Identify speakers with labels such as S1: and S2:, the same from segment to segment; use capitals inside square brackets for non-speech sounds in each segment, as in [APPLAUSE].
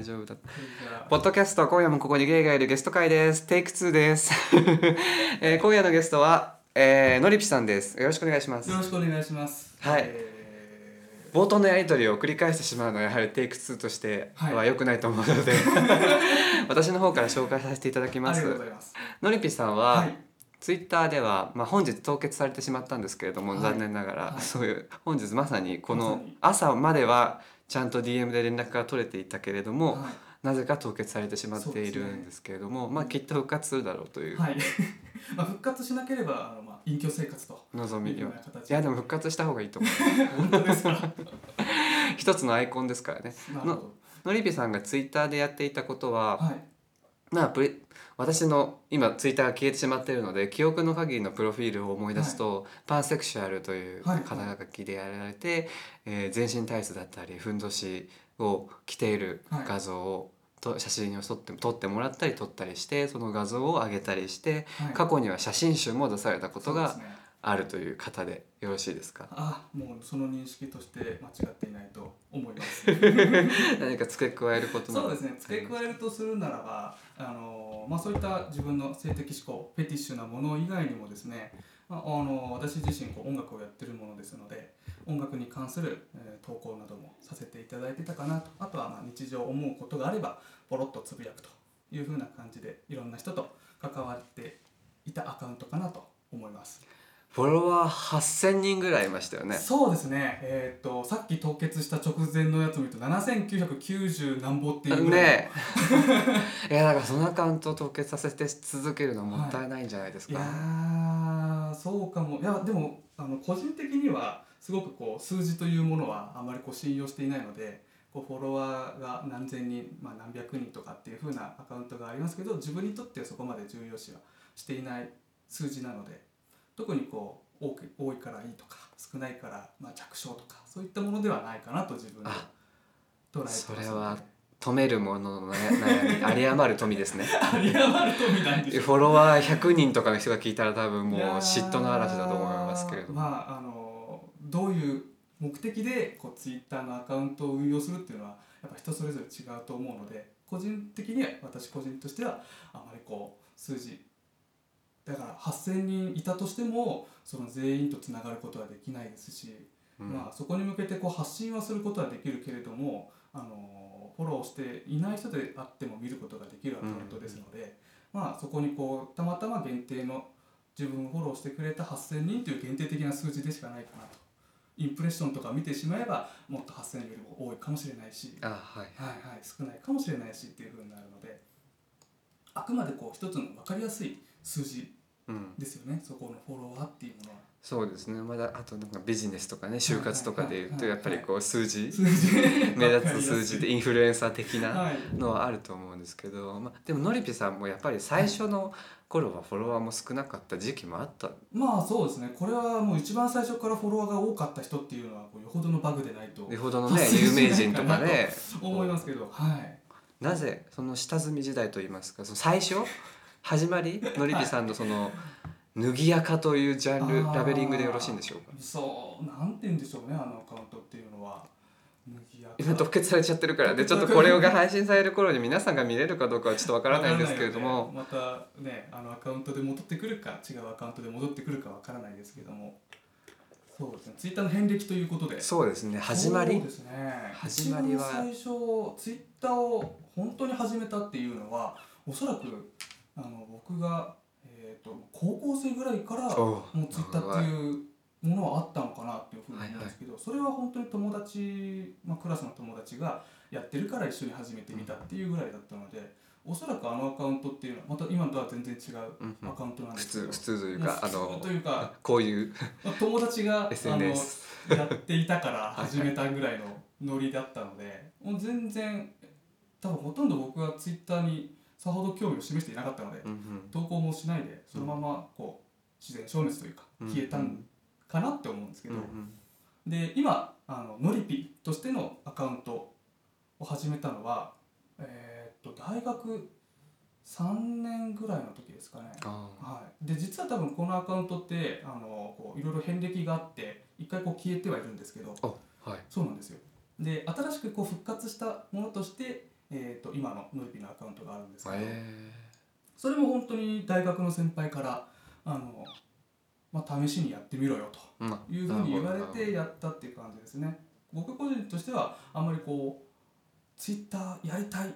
S1: 大丈夫だポッドキャスト今夜もここにゲイがいるゲスト会ですテイク2です、 [LAUGHS] えー、今夜のゲストは、えー、のりぴさんですよろしくお願いします
S2: よろしくお願いします
S1: はい、えー、冒頭のやり取りを繰り返してしまうのはやはりテイク2としては良くないと思うので、はい、 [LAUGHS] 私の方から紹介させていただきますのりぴさんは、はいツイッターでは、まあ、本日凍結されてしまったんですけれども、はい、残念ながら、はい、そういう本日まさにこの朝まではちゃんと DM で連絡が取れていたけれども、はい、なぜか凍結されてしまっているんですけれども、ね、まあ、きっと復活するだろうという。
S2: [LAUGHS] まあ、復活しなければあの、まあ、隠居生活と
S1: 望みいやでも復活した方がいいと [LAUGHS] 思う
S2: 本当 [LAUGHS] ですか
S1: 一つのアイコンですからねののりぴさんがツイッターでやっていたことは、まあ、プレ私の今ツイッターが消えてしまっているので記憶の限りのプロフィールを思い出すと、はい、パンセクシュアルという肩書きでやられて、はいはい、えー、全身体質だったりふんどしを着ている画像を、と写真を撮って撮ってもらったり撮ったりしてその画像を上げたりして、はい、過去には写真集も出されたことがあるという方でよろしいですか。
S2: あ、もうその認識として間違っていないと思います。
S1: 何か付け加えること
S2: そうですね。付け加えるとするならば、あのまあそういった自分の性的思考、フェティッシュなもの以外にもですね、まあ、あの私自身こう音楽をやってるものですので、音楽に関する、えー、投稿などもさせていただいてたかなと、あとはまあ日常思うことがあればポロッとつぶやくというふうな感じでいろんな人と関わっていたアカウントかなと思います。
S1: フォロワー8000人ぐらいいましたよね
S2: そうですねえっ、ー、とさっき凍結した直前のやつ見ると7990何ぼっていう
S1: ぐらい
S2: [LAUGHS]
S1: ねいやだからそのアカウントを凍結させて続けるのもったいないんじゃないですか、
S2: はい、いやそうかもいやでもあの個人的にはすごくこう数字というものはあまりこう信用していないのでこうフォロワーが何千人、まあ、何百人とかっていうふうなアカウントがありますけど自分にとってはそこまで重要視はしていない数字なので特にこう多く多いからいいとか少ないから、まあ、弱小とかそういったものではないかなと自分で
S1: 捉えてますそれは止めるものの悩みあり余る富ですね
S2: [LAUGHS] あり余る富なんです
S1: フォロワー100人とかの人が聞いたら多分もう嫉妬の嵐だと思いますけれど
S2: まああのどういう目的でこうツイッターのアカウントを運用するっていうのはやっぱ人それぞれ違うと思うので個人的には私個人としてはあまりこう数字だから8,000人いたとしてもその全員とつながることはできないですし、うん、まあ、そこに向けてこう発信はすることはできるけれどもあのフォローしていない人であっても見ることができるアカウントですので、うん、まあ、そこにこうたまたま限定の自分をフォローしてくれた8,000人という限定的な数字でしかないかなと。インプレッションとか見てしまえばもっと8,000よりも多いかもしれないし、
S1: はい、
S2: はいはい、少ないかもしれないしっていうふうになるのであくまでこう一つの分かりやすい数字ですよね、うん、そこのフォロワーっていうも
S1: [LAUGHS]
S2: のは。
S1: そうですねまだあとなんかビジネスとかね就活とかでいうとやっぱりこう数字目立つ数字でインフルエンサー的なのはあると思うんですけど、まあ、でものりぴさんもやっぱり最初の頃はフォロワーも少なかった時期もあった、
S2: まあそうですねこれはもう一番最初からフォロワーが多かった人っていうのはこうよほどのバグでないと
S1: よほどのね有名人とかね
S2: 思いますけど、はい、
S1: なぜその下積み時代といいますかその最初始まりのりぴさんのその脱ぎやかというジャンルラベリングでよろしいんでしょうか
S2: そうなんて言うんでしょうねあのアカウントっていうのは
S1: 今凍結されちゃってるからでちょっとこれが配信される頃に皆さんが見れるかどうかはちょっとわからないんですけれども、
S2: ね、またねあのアカウントで戻ってくるか違うアカウントで戻ってくるかわからないですけどもそうですねツイッターの遍歴ということで
S1: そうですね始まり
S2: そうですね始まりは最初ツイッターを本当に始めたっていうのはおそらくあの僕が、えーと、と高校生ぐらいからもうツイッターっていうものはあったのかなっていうふうに思うんですけど、それは本当に友達、まあ、クラスの友達がやってるから一緒に始めてみたっていうぐらいだったので。おそらくあのアカウントっていうのはまた今とは全然違うアカウントなんです
S1: けど、うんうん、普通普通というかあの
S2: というか
S1: こういう、
S2: まあ、友達が [LAUGHS] SNS あのやっていたから始めたぐらいのノリだったのではい、もう全然多分ほとんど僕はツイッターにさほど興味を示していなかったので、うんうん、投稿もしないでそのままこう自然消滅というか消えたんかなって思うんですけど、うんうん、で今あのノリピとしてのアカウントを始めたのは、えー、っと大学3年ぐらいの時ですかね、はい、で実は多分このアカウントってあのこういろいろ遍歴があって一回こう消えてはいるんですけど、
S1: はい、
S2: そうなんですよで新しくこう復活したものとしてえー、と今のノリピのアカウントがあるんですけど、
S1: え
S2: それも本当に大学の先輩からあの、まあ、試しにやってみろよと
S1: ーうん
S2: いうふうに言われ
S1: なる
S2: てやったっていう感じですね僕個人としてはあんまりこうツイッターやりたい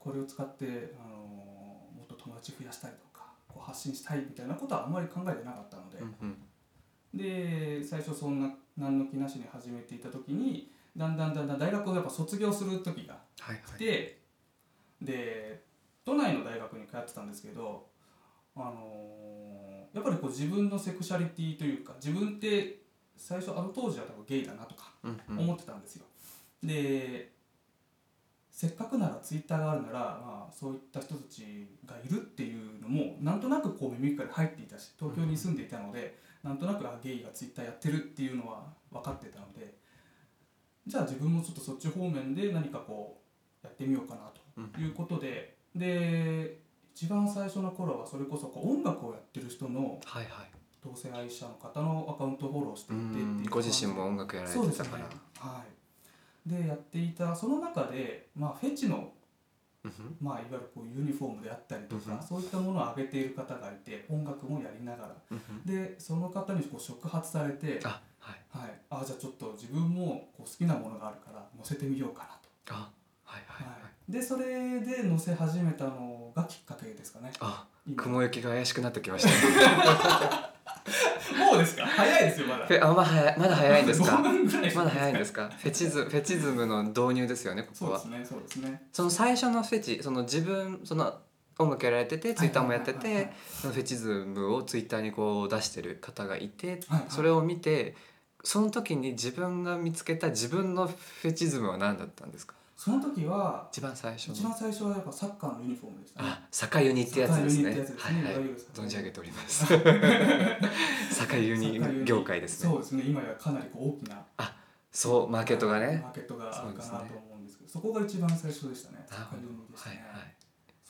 S2: これを使って、あのもっと友達増やしたいとかこう発信したいみたいなことはあんまり考えてなかったので、
S1: うんうん
S2: で最初そんな何の気なしに始めていた時にだんだんだんだん大学をやっぱ卒業する時が
S1: はいはい
S2: 来て、で都内の大学に通ってたんですけど、あのーやっぱりこう自分のセクシャリティというか自分って最初あの当時は多分ゲイだなとか
S1: うんうん
S2: 思ってたんですよ。でせっかくならツイッターがあるなら、まあ、そういった人たちがいるっていうのもなんとなくこう耳から入っていたし東京に住んでいたので、なんとなくあゲイがツイッターやってるっていうのは分かってたのでじゃあ自分もちょっとそっち方面で何かこうやってみようかなということで、で一番最初の頃はそれこそこう音楽をやってる人の
S1: はいはい
S2: 同性愛者の方のアカウントをフォローして
S1: う
S2: いてって
S1: ん
S2: いう
S1: ご自身も音楽やられ
S2: そうで
S1: て
S2: す
S1: た
S2: ね
S1: から
S2: はいでやっていたその中で、まあ、フェチの、
S1: うんうん
S2: まあ、いわゆるこうユニフォームであったりとか、
S1: うん
S2: そういったものを上げている方がいて音楽もやりながら
S1: うんうん
S2: でその方にこう触発されて
S1: あはい
S2: はい、あじゃあちょっと自分もこう好きなものがあるから載せてみようかなと、
S1: あはいはいはい
S2: でそれで載せ始めたのがきっかけですかね
S1: あ
S2: 今
S1: 雲行きが怪しくなってきました
S2: もうですか早いですよまだ
S1: ねあまだ早いまだ [LAUGHS] 早いんです
S2: [LAUGHS] 5
S1: か
S2: 分ぐらいし
S1: ま
S2: か
S1: だ早いんですかフェチズフェチズムの導入ですよねここ
S2: そうで
S1: は
S2: すねそうですね
S1: その最初のフェチその自分その音楽やられててツイッターもやって
S2: はいはいはい
S1: てそのフェチズムをツイッターにこう出してる方がいて
S2: はいはい
S1: それを見てその時に自分が見つけた自分のフェチズムは何だったんですか
S2: その時は
S1: 一番最初
S2: 一
S1: の
S2: 番最初はやっぱサッカーのユニフォームでしたね
S1: あ坂ユニってやつですね
S2: 坂湯にってやつです
S1: はい
S2: ね
S1: はい
S2: いわゆる坂湯
S1: 存じ上げております
S2: [LAUGHS]
S1: 坂ユニ業界ですね
S2: そうですね今やかなりこう大きな
S1: そうマーケットがね
S2: マーケットがあ
S1: そ
S2: るかな
S1: うです
S2: と
S1: ね
S2: 思うんですけどそこが一番最初でしたね
S1: なるほど
S2: サッカーユニでし
S1: は
S2: た
S1: い
S2: ね
S1: はい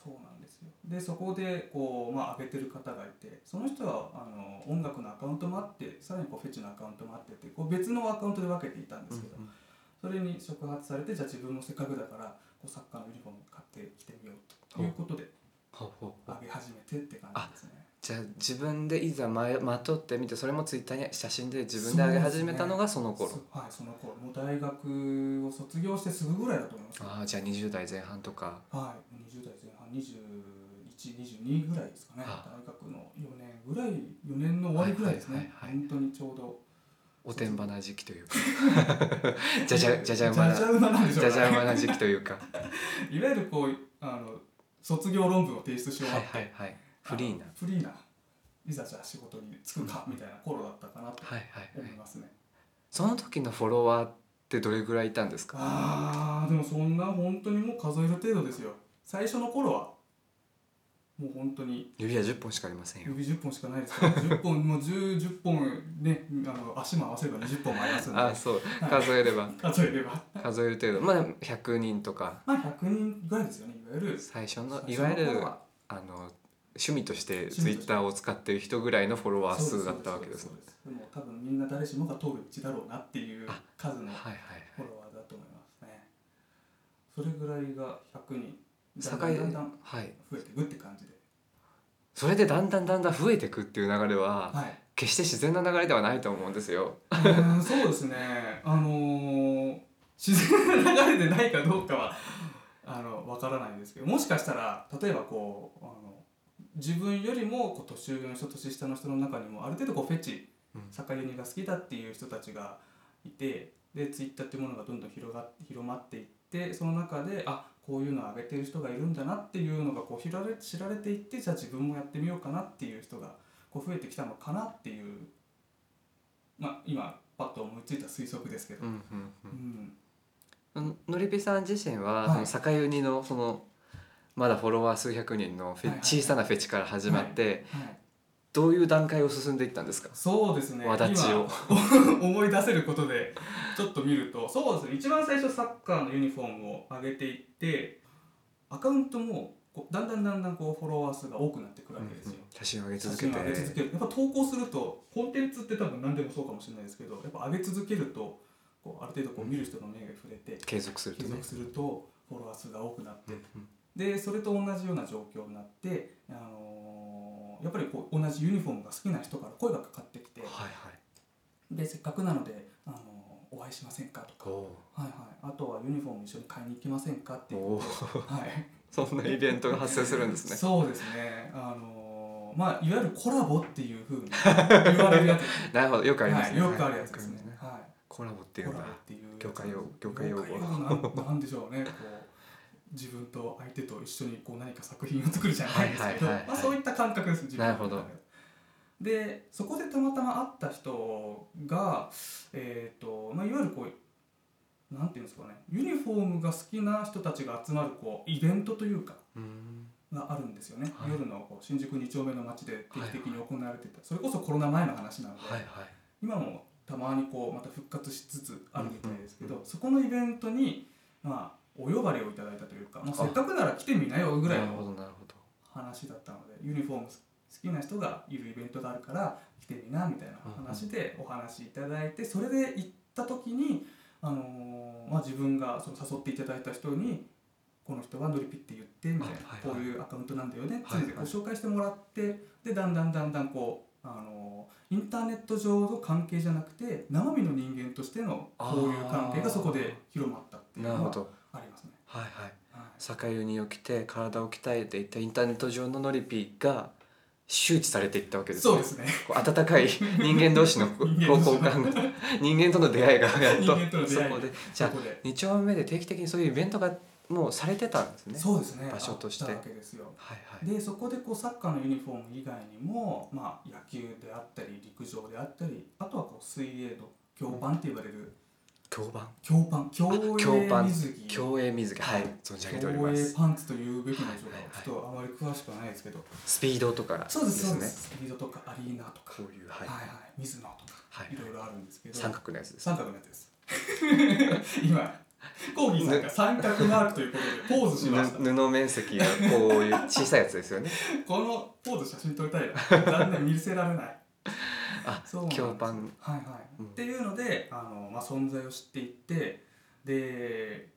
S2: そうなんですよでそこでこう、まあ、上げてる方がいてその人はあの音楽のアカウントもあってさらにこうフェチのアカウントもあってってこう別のアカウントで分けていたんですけど、
S1: うんうん
S2: それに触発されてじゃあ自分もせっかくだからこうサッカーのユニフォーム買ってきてみようということで
S1: ほうほうほう
S2: 上げ始めてって感じですね
S1: じゃあ自分でいざままとってみてそれもツイッターに写真で自分で上げ始めたのがその頃、
S2: そはいその頃もう大学を卒業してすぐぐらいだと思います
S1: ああじゃあ20代前半とか
S2: はい、20代前半2122ぐらいですかね
S1: あ
S2: 大学の4年ぐらい4年の終わりぐらいですね、
S1: はいはいはいはい
S2: 本当にちょうど
S1: おてんばな時期というか [LAUGHS] じゃじゃじゃじゃ馬な
S2: じ
S1: じ
S2: ゃじゃ馬なんでしょう
S1: ゃ
S2: ね
S1: じゃ馬な時期というか
S2: いわゆるこうあの卒業論文を提出し終
S1: は
S2: わっ
S1: い
S2: て、
S1: はいはいフリーな
S2: あのフリーないざじゃあ仕事に就くかみたいな頃だったかなと
S1: はいはい
S2: 思
S1: はい
S2: いますね、
S1: その時のフォロワーってどれぐらいいたんですか
S2: あーでもそんな本当にもう数える程度ですよ最初の頃はもう本当に
S1: 指は10本しかありませんよ
S2: 指10本しかないですから10本もう 10, 10本ねあの足も合わせれば20本もありますんで
S1: ああそう数えれば
S2: 数えれば
S1: 数える程度まあ100人とか
S2: まあ100人ぐらいですよねいわゆる
S1: 最初の
S2: 最
S1: い
S2: 初の
S1: わゆる
S2: 頃は
S1: あの趣味として
S2: 趣
S1: ツイ
S2: 味と
S1: ッ
S2: して
S1: ターを使ってる人ぐらいのフォロワー
S2: そう
S1: 数
S2: す
S1: だったわけですね
S2: そうそうですでも多分みんな誰しもが通る道だろうなっていう
S1: あ
S2: 数の
S1: はいはい
S2: フォロワーだと思いますねそれぐらいが100人だんだ
S1: はい境
S2: んだんだん
S1: はい
S2: 増えていくって感じで
S1: それでだんだんだんだん増えていくっていう流れは
S2: はい
S1: 決して自然な流れではないと思うんですよ
S2: うーんそうですねあのー自然な流れでないかどうかはあのわからないんですけどもしかしたら例えばこうあの自分よりもこう年上の人年下の人の中にもある程度こうフェチ
S1: うん
S2: 酒ユニが好きだっていう人たちがいてでツイッターっていうものがどんどん広が広まっていってその中であこういうのを上げてる人がいるんだなっていうのがこう知られ知られていってじゃあ自分もやってみようかなっていう人がこう増えてきたのかなっていうまあ今パッと思いついた推測ですけど、
S1: うんう
S2: うんん、
S1: うんのりぴさん自身は、
S2: はい
S1: その坂ユニのそのまだフォロワー数百人のフェ、
S2: はいはい
S1: 小さなフェチから始まって、
S2: はい、
S1: どういう段階を進んでいったんですか
S2: そうですね
S1: わだちを
S2: 今 [LAUGHS] 思い出せることでちょっと見るとそうですね一番最初サッカーのユニフォームを上げていってアカウントもこうだんだんだんだんこうフォロワー数が多くなってくるわけですよ、
S1: うんうん写真を上げ
S2: 写
S1: 続け
S2: 真
S1: て
S2: を上げ続けるやっぱ投稿するとコンテンツって多分何でもそうかもしれないですけどやっぱ上げ続けるとこうある程度こう見る人の目が触れて
S1: 継続すると
S2: 継
S1: ね
S2: 続するとフォロワー数が多くなってでそれと同じような状況になって、あのーやっぱりこう同じユニフォームが好きな人から声がかかってきて
S1: はい
S2: でせっかくなので、あのーお会いしませんかとか、
S1: お
S2: はいはい、あとはユニフォーム一緒に買いに行きませんかって
S1: ー
S2: いう、
S1: おー
S2: はい、
S1: そんなイベントが発生するん [LAUGHS] ですね
S2: [LAUGHS] そうですね、あのーまあ、いわゆるコラボっていうふうに言われるやつですね
S1: なるほどよくあります
S2: はい、
S1: ね、
S2: よくあるやつですね。
S1: はい
S2: はい
S1: コラボっていう
S2: コ
S1: の
S2: ラ
S1: は
S2: ボっていう
S1: 業界用業界用語
S2: 業なんなんでしょうねこう自分と相手と一緒にこう何か作品を作るじゃないですけど、
S1: はいはいはいはい
S2: まあ、そういった感覚です自分の中で
S1: なるほ
S2: でそこでたまたま会った人が、えーとまあ、いわゆるこうなんていうんですかねユニフォームが好きな人たちが集まるこうイベントというか
S1: うーん
S2: があるんですよね、
S1: はい
S2: 夜のこう新宿2丁目の街で定期的に行われてた、それこそコロナ前の話なので、
S1: はいはい
S2: 今もたまにこうまた復活しつつあるみたいですけど、そこのイベントに、まあ、お呼ばれをいただいたというか、まあ、
S1: あ
S2: せっかくなら来てみなよぐらい
S1: なるほ
S2: の
S1: どなるほど
S2: 話だったのでユニフォーム好きな人がいるイベントがあるから来てみなみたいな話でお話いただいてそれで行った時に、あのーまあ、自分がその誘っていただいた人に「この人はドリピって言って」みたいな、
S1: あはいはい
S2: こういうアカウントなんだよね」
S1: はいはい
S2: ついてご紹介してもらってでだんだんだんだんこう、あのーインターネット上の関係じゃなくて生身の人間としてのこういう関係がそこで広まったっていう
S1: なる
S2: の
S1: ほ
S2: は
S1: ど
S2: ありますね。
S1: はいはい
S2: はい
S1: 酒ユニを着て体を鍛えていったインターネット上のノリピーが周知されていったわけです
S2: そうですね。
S1: こう温か
S2: [LAUGHS]
S1: い人間同士のこう
S2: 人間同士
S1: 交換が人間との出会いがやっ
S2: 人
S1: と
S2: 間との出
S1: そ
S2: 会い
S1: こでじゃあ
S2: そこで
S1: 2丁目で定期的にそういうイベントがもうされてたんですね
S2: そうですね
S1: 場所として
S2: あったわけですよ
S1: はいはい
S2: でそこでこうサッカーのユニフォーム以外にも、まあ、野球であったり陸上であったりあとはこう水泳の競板って言われる
S1: 競板
S2: 競板競
S1: 競
S2: 泳
S1: 板
S2: 水着
S1: 競泳水着はい存じ上げておりま
S2: 競泳
S1: す
S2: パンツというべきなんでしょうか、
S1: はいはいはい
S2: ちょっとあまり詳しくはないですけど、
S1: スピードとかです
S2: そう
S1: ね
S2: ですそうですスピードとかアリーナとか、
S1: こういうは
S2: はいいはい水野とか
S1: はい
S2: いろいろあるんですけど
S1: 三角のやつです
S2: 三角のやつです [LAUGHS] 今コーギーさんが三角マークということでポーズしました
S1: ぬ布面積がこういう小さいやつですよね
S2: このポーズ写真撮りたいな残念見せられない
S1: あ
S2: そうなんです
S1: 競板
S2: はいはい、
S1: うん
S2: っていうのであの、まあ、存在を知っていってで、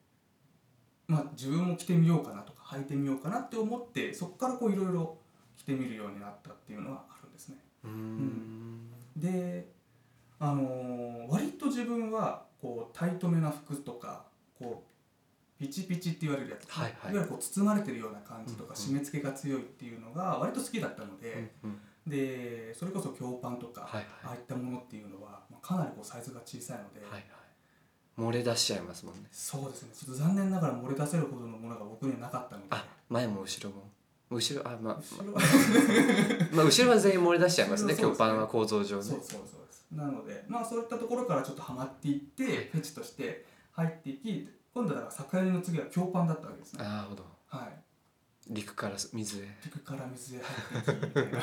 S2: まあ、自分も着てみようかなとか履いてみようかなって思ってそこからこういろいろ着てみるようになったっていうのはあるんですね
S1: うーん
S2: であの割と自分はこうタイトめな服とかこうピチピチって言われるやつ、
S1: はいはい
S2: いわゆるこう包まれてるような感じと
S1: うんうん
S2: か締め付けが強いっていうのが割と好きだったので、
S1: うんうん
S2: でそれこそ強パンとか、
S1: はい
S2: あ
S1: は
S2: あいったものっていうのはまあかなりこうサイズが小さいので、
S1: いはいはい漏れ出しちゃいますもんね
S2: そうですねちょっと残念ながら漏れ出せるほどのものが僕にはなかったので
S1: あ前も後ろも後ろあまあ
S2: [LAUGHS] 後ろ
S1: まあ後ろは全員漏れ出しちゃいます [LAUGHS] ね
S2: 後
S1: 強
S2: ろはそうですね
S1: パンは構造上ね
S2: そうそうそうですなのでまあそういったところからちょっとハマっていって、フェチとして入っていき今度だから桜木の次は強パンだったわけです
S1: あ
S2: ね
S1: なるほど
S2: はい
S1: 陸から水へ
S2: 陸から水へ入っていきみたいな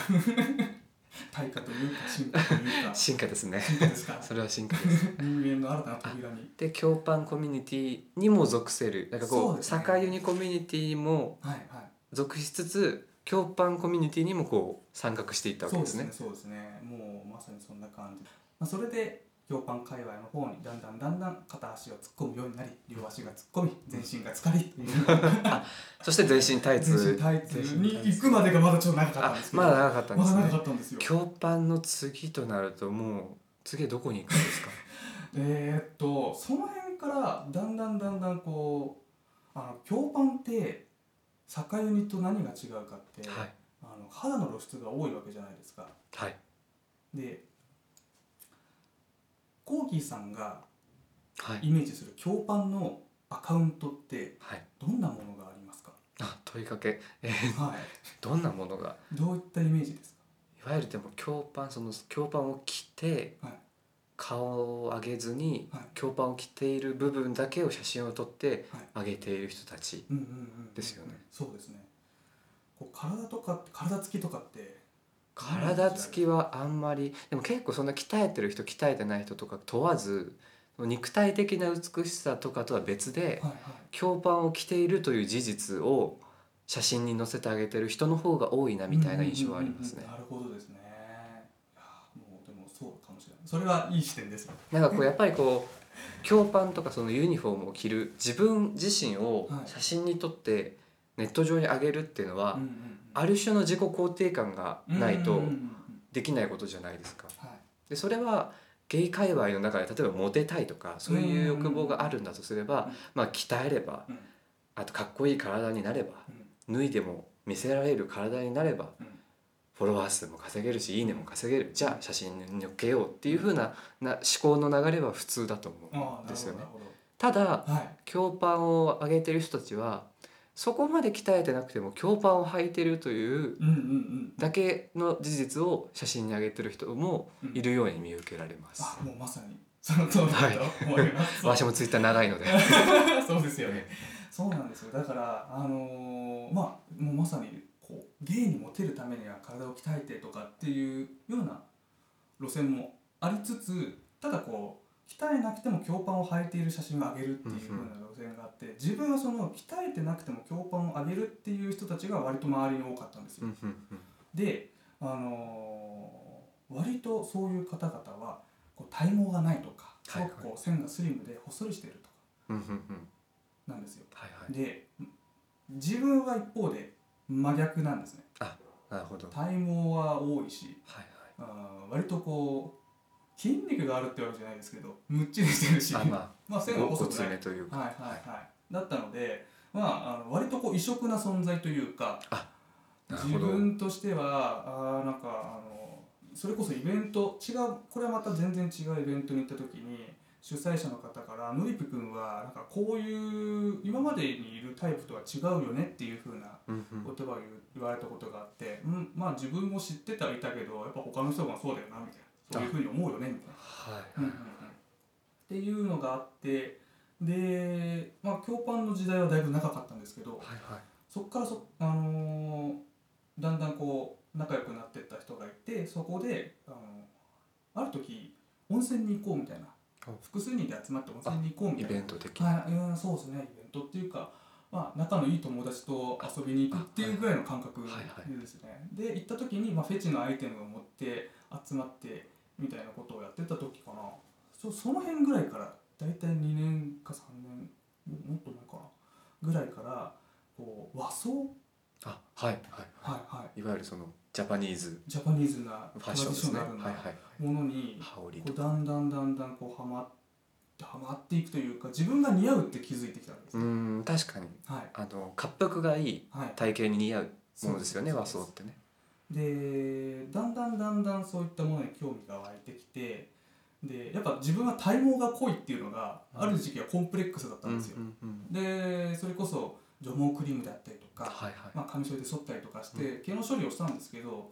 S2: [LAUGHS] 対価というか [LAUGHS] 進化というか
S1: 進化ですね [LAUGHS]
S2: 進化ですか
S1: それは進化です
S2: 人間の新たな扉に
S1: で強パンコミュニティにも属せるなんか
S2: そ
S1: こ
S2: う
S1: う
S2: ですね
S1: 酒湯にコミュニティも
S2: はいはい
S1: 属しつつ強パンコミュニティにもこう参画していったわけですね
S2: そうですねそうですねもうまさにそんな感じ、まあ、それで行パン界隈の方にだんだんだんだん片足を突っ込むようになり両足が突っ込み全身が疲れっていう
S1: そして全身タイ
S2: 全身
S1: ツ
S2: タイツに行くまでがまだちょっと長かったん
S1: あ
S2: ですけど
S1: まだ長かったん
S2: ま
S1: で
S2: だ
S1: す
S2: 長
S1: ね
S2: かったんですよ
S1: 強パンの次となるともう次どこに行くん
S2: [LAUGHS]
S1: ですか
S2: えーっとその辺からだんだんだんだんこうあの強パンって酒ユニと何が違うかって、
S1: はい
S2: あの肌の露出が多いわけじゃないですか
S1: はい
S2: でコーギーさんが
S1: はい
S2: イメージする強パンのアカウントって
S1: はい
S2: どんなものがありますか
S1: あ問いかけえ
S2: はい
S1: どんなものが
S2: どういったイメージです
S1: いわゆるでも強パンその強パンを着て
S2: はい
S1: 顔を上げずに
S2: かはい
S1: 強パンを着ている部分だけを写真を撮って
S2: はい
S1: 上げている人たち
S2: うんうんうん
S1: ですよね
S2: そうですねこう体とか体つきとかって
S1: 体つきはあんまりでも結構そんな鍛えてる人鍛えてない人とか問わず肉体的な美しさとかとは別で
S2: はいはい
S1: 強パンを着ているという事実を写真に載せてあげてる人の方が多いなみたいな印象はありますね
S2: うん。うんうんうんなるほどですねいやーもうでもそうかもしれないそれはいい視点です
S1: なんかこうやっぱりこう教パンとかそのユニフォームを着る自分自身を
S2: はい
S1: 写真に撮ってネット上に上げるっていうのは、
S2: うんうん
S1: ある種の自己肯定感が
S2: うん
S1: ない
S2: うん
S1: と
S2: うんうんうん
S1: できないことじゃないですか。
S2: はい
S1: でそれはゲイ界隈の中で例えばモテたいとかそういう欲望があるんだとすれば、
S2: うん
S1: まあ、鍛えれば
S2: うん
S1: あとかっこいい体になれば脱いでも見せられる体になれば
S2: うん
S1: フォロワー数も稼げるしいいねも稼げるじゃあ写真に載っけようっていう風なな思考の流れは普通だと思
S2: あ
S1: う
S2: あなるほ
S1: ん
S2: ど
S1: ですよね
S2: なる。ほど
S1: ただ
S2: はい
S1: 強パンを上げてる人たちはそこまで鍛えてなくても強パンを履いてるという
S2: うんうんうん
S1: だけの事実を写真に上げてる人も
S2: うん
S1: いるように見受けられます。
S2: あもうまさにその通りだと思います、
S1: 私もツイッター長いので
S2: [LAUGHS] そうですよね。そうなんですよ。だからあのーまあもうまさにこう芸にモテるためには体を鍛えてとかっていうような路線もありつつ、ただこう鍛えなくても強パンを履いている写真を上げるっていうような路線があって、自分はその鍛えてなくても強パンを上げるっていう人たちが割と周りに多かったんですよ。
S1: うんうんうん
S2: で、あのー割とそういう方々はこう体毛がないとか、す
S1: はい
S2: ご
S1: はい
S2: くこう線がスリムでほっそりしてるとか
S1: うんうんうん
S2: なんですよ。
S1: はいはい
S2: で自分は一方で真逆なんですね
S1: なるほどはい
S2: 体毛は多いし
S1: はい
S2: あー割とこう筋肉があるってわけじゃないですけどむっちりしてるし
S1: あま
S2: まあ
S1: あ
S2: 線が
S1: ご
S2: 細
S1: ご
S2: くな
S1: つ
S2: いは
S1: め
S2: い
S1: というか
S2: はいはいだったのでまああの割とこう異色な存在というか
S1: なる
S2: 自
S1: ほど
S2: 分としてはあーなんかあのそれこそイベント違うこれはまた全然違うイベントに行った時に主催者の方から「のりぴくんはなんかこういう今までにいるタイプとは違うよね」っていう風な
S1: うんう
S2: 言
S1: ん
S2: 葉を言う言われたことがあって、うん、まあ自分も知ってたはいたけどやっぱ他の人がそうだよなみたいなそういう風に思うよねみたいな。
S1: は
S2: うんうんうんっていうのがあってでまあ共パンの時代はだいぶ長かったんですけど、
S1: いはいはい
S2: そこからそ、あのーだんだんこう仲良くなってった人がいてそこで、あのーある時温泉に行こうみたいな
S1: お
S2: 複数人で集まって温泉に行こうみ
S1: イ
S2: たい
S1: ベ
S2: な
S1: ント的な
S2: はい、うんそうですねイベントっていうか、まあ、仲のいい友達と遊びに行くっていうぐらいの感覚
S1: はいはい
S2: ですね、で行った時に、まあ、フェチのアイテムを持って集まってみたいなことをやってた時かなそその辺ぐらいから大体2年か3年もっと前かなぐらいからこう和装
S1: あはいはい
S2: はいはい
S1: いわゆるそのジャパニーズ
S2: ジャパニーズな
S1: ファッションですね
S2: ト
S1: は
S2: ラ
S1: い
S2: ディシ
S1: はい
S2: ョナ
S1: はい
S2: ルなものに
S1: 羽織
S2: ことうだんだんだんだんこうはまってはまっていくというか自分が似合うって気づいてきたんです
S1: う
S2: ね、
S1: ん確かに
S2: はい
S1: あの恰幅がいい
S2: はい、
S1: 体型に似合うものですよね
S2: そう
S1: 和
S2: で
S1: 装
S2: す
S1: ってね
S2: でだんだんだんだんそういったものに興味が湧いてきてでやっぱ自分は体毛が濃いっていうのが
S1: うん
S2: ある時期はコンプレックスだったんですよ、
S1: うんうんうん
S2: でそれこそ除毛クリームだったりとか、
S1: はいは
S2: まあ、髪剃りで剃ったりとかして毛の処理をしたんですけど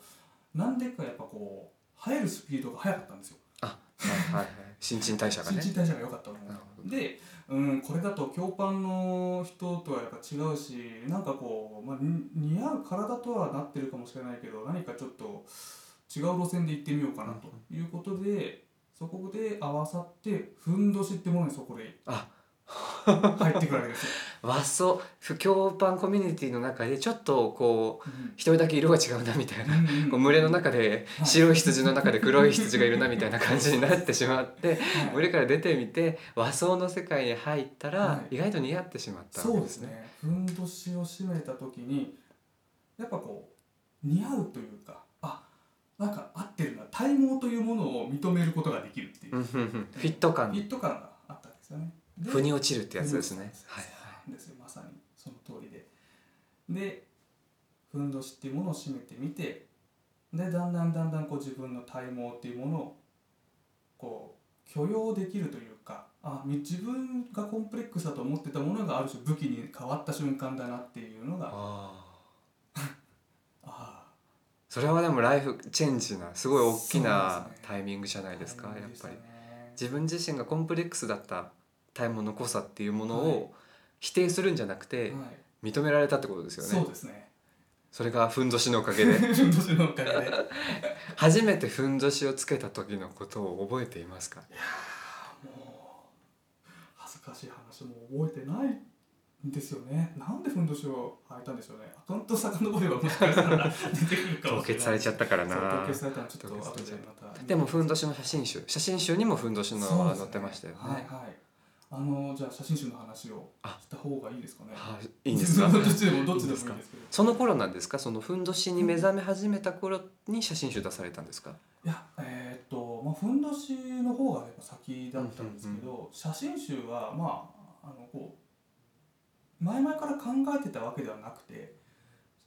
S2: なんでかやっぱこう生えるスピードが速かったんですよ
S1: いはいはい新陳代謝が
S2: 新
S1: ね
S2: 陳代謝が良かったと思
S1: なるほ
S2: うで、うん、これだと共パンの人とはやっぱ違うしなんかこう、まあ、に似合う体とはなってるかもしれないけど何かちょっと違う路線で行ってみようかなということで、そこで合わさってふんどしってものにそこで
S1: あ
S2: 入ってくるわけ
S1: [LAUGHS]
S2: ですよ。
S1: 和装不協パンコミュニティの中でちょっとこう
S2: うん
S1: 一人だけ色が違うなみたいな
S2: うんうん
S1: こう群れの中で
S2: はい
S1: 白い羊の中で黒い羊がいるなみたいな感じになってしまって
S2: はい
S1: 群れから出てみて和装の世界に入った
S2: は
S1: ら
S2: い
S1: 意外と似合ってしまったわ
S2: そ
S1: け
S2: うですねふんどしを締めた時にやっぱこう似合うというかあなんか合ってるな体毛というものを認めることができるっていう
S1: うんうんうんフィット
S2: フィ
S1: 感
S2: ット感があったんですよね。で
S1: 腑に落ちるってやつですね
S2: そう
S1: はい
S2: なんですよまさにその通りで。でふんどしっていうものを締めてみてでだんだんだんだんこう自分の体毛っていうものをこう許容できるというかあみ自分がコンプレックスだと思ってたものがある種武器に変わった瞬間だなっていうのが
S1: ああ
S2: ああ
S1: それはでもライフチェンジなすごい大き
S2: そう
S1: な
S2: ですね
S1: タイミングじゃないですかや
S2: 大変
S1: っ
S2: でし
S1: ぱ
S2: た
S1: り
S2: ね
S1: 自分自身がコンプレックスだった体毛の濃さっていうものを否定するんじゃなくて
S2: はい
S1: 認められたってことですよね、
S2: そうですね。 [LAUGHS]
S1: それがふんどしのおかげで
S2: ふんどしのおかげで。
S1: 初めてふんどしをつけた時のことを覚えていますか
S2: もう恥ずかしい話も覚えてないんですよねなんでふんどしを履いたんでしょうねアカウント遡ればもしかしたら出てくるか
S1: 凍
S2: もしれない
S1: 結されちゃったから
S2: そう凍
S1: な
S2: 結されたのちょっと
S1: 凍結さ
S2: 後
S1: れち
S2: で
S1: ゃう
S2: また
S1: でもふんどしの写真集写真集にもふんどしの
S2: そう
S1: は
S2: です
S1: 載
S2: ね
S1: ってましたよね
S2: はいはいあのじゃあ写真集の話を
S1: あ
S2: した方がいいですかね。
S1: はい、いいん
S2: [LAUGHS]
S1: ですか
S2: どっちでもどっちでもいいですけど
S1: いい。その頃なんですかそのふんどしに目覚め始めた頃に写真集出されたんですか
S2: いやえーっとまあふんどしの方がやっぱ先だったんですけど、写真集はまああのこう前々から考えてたわけではなくて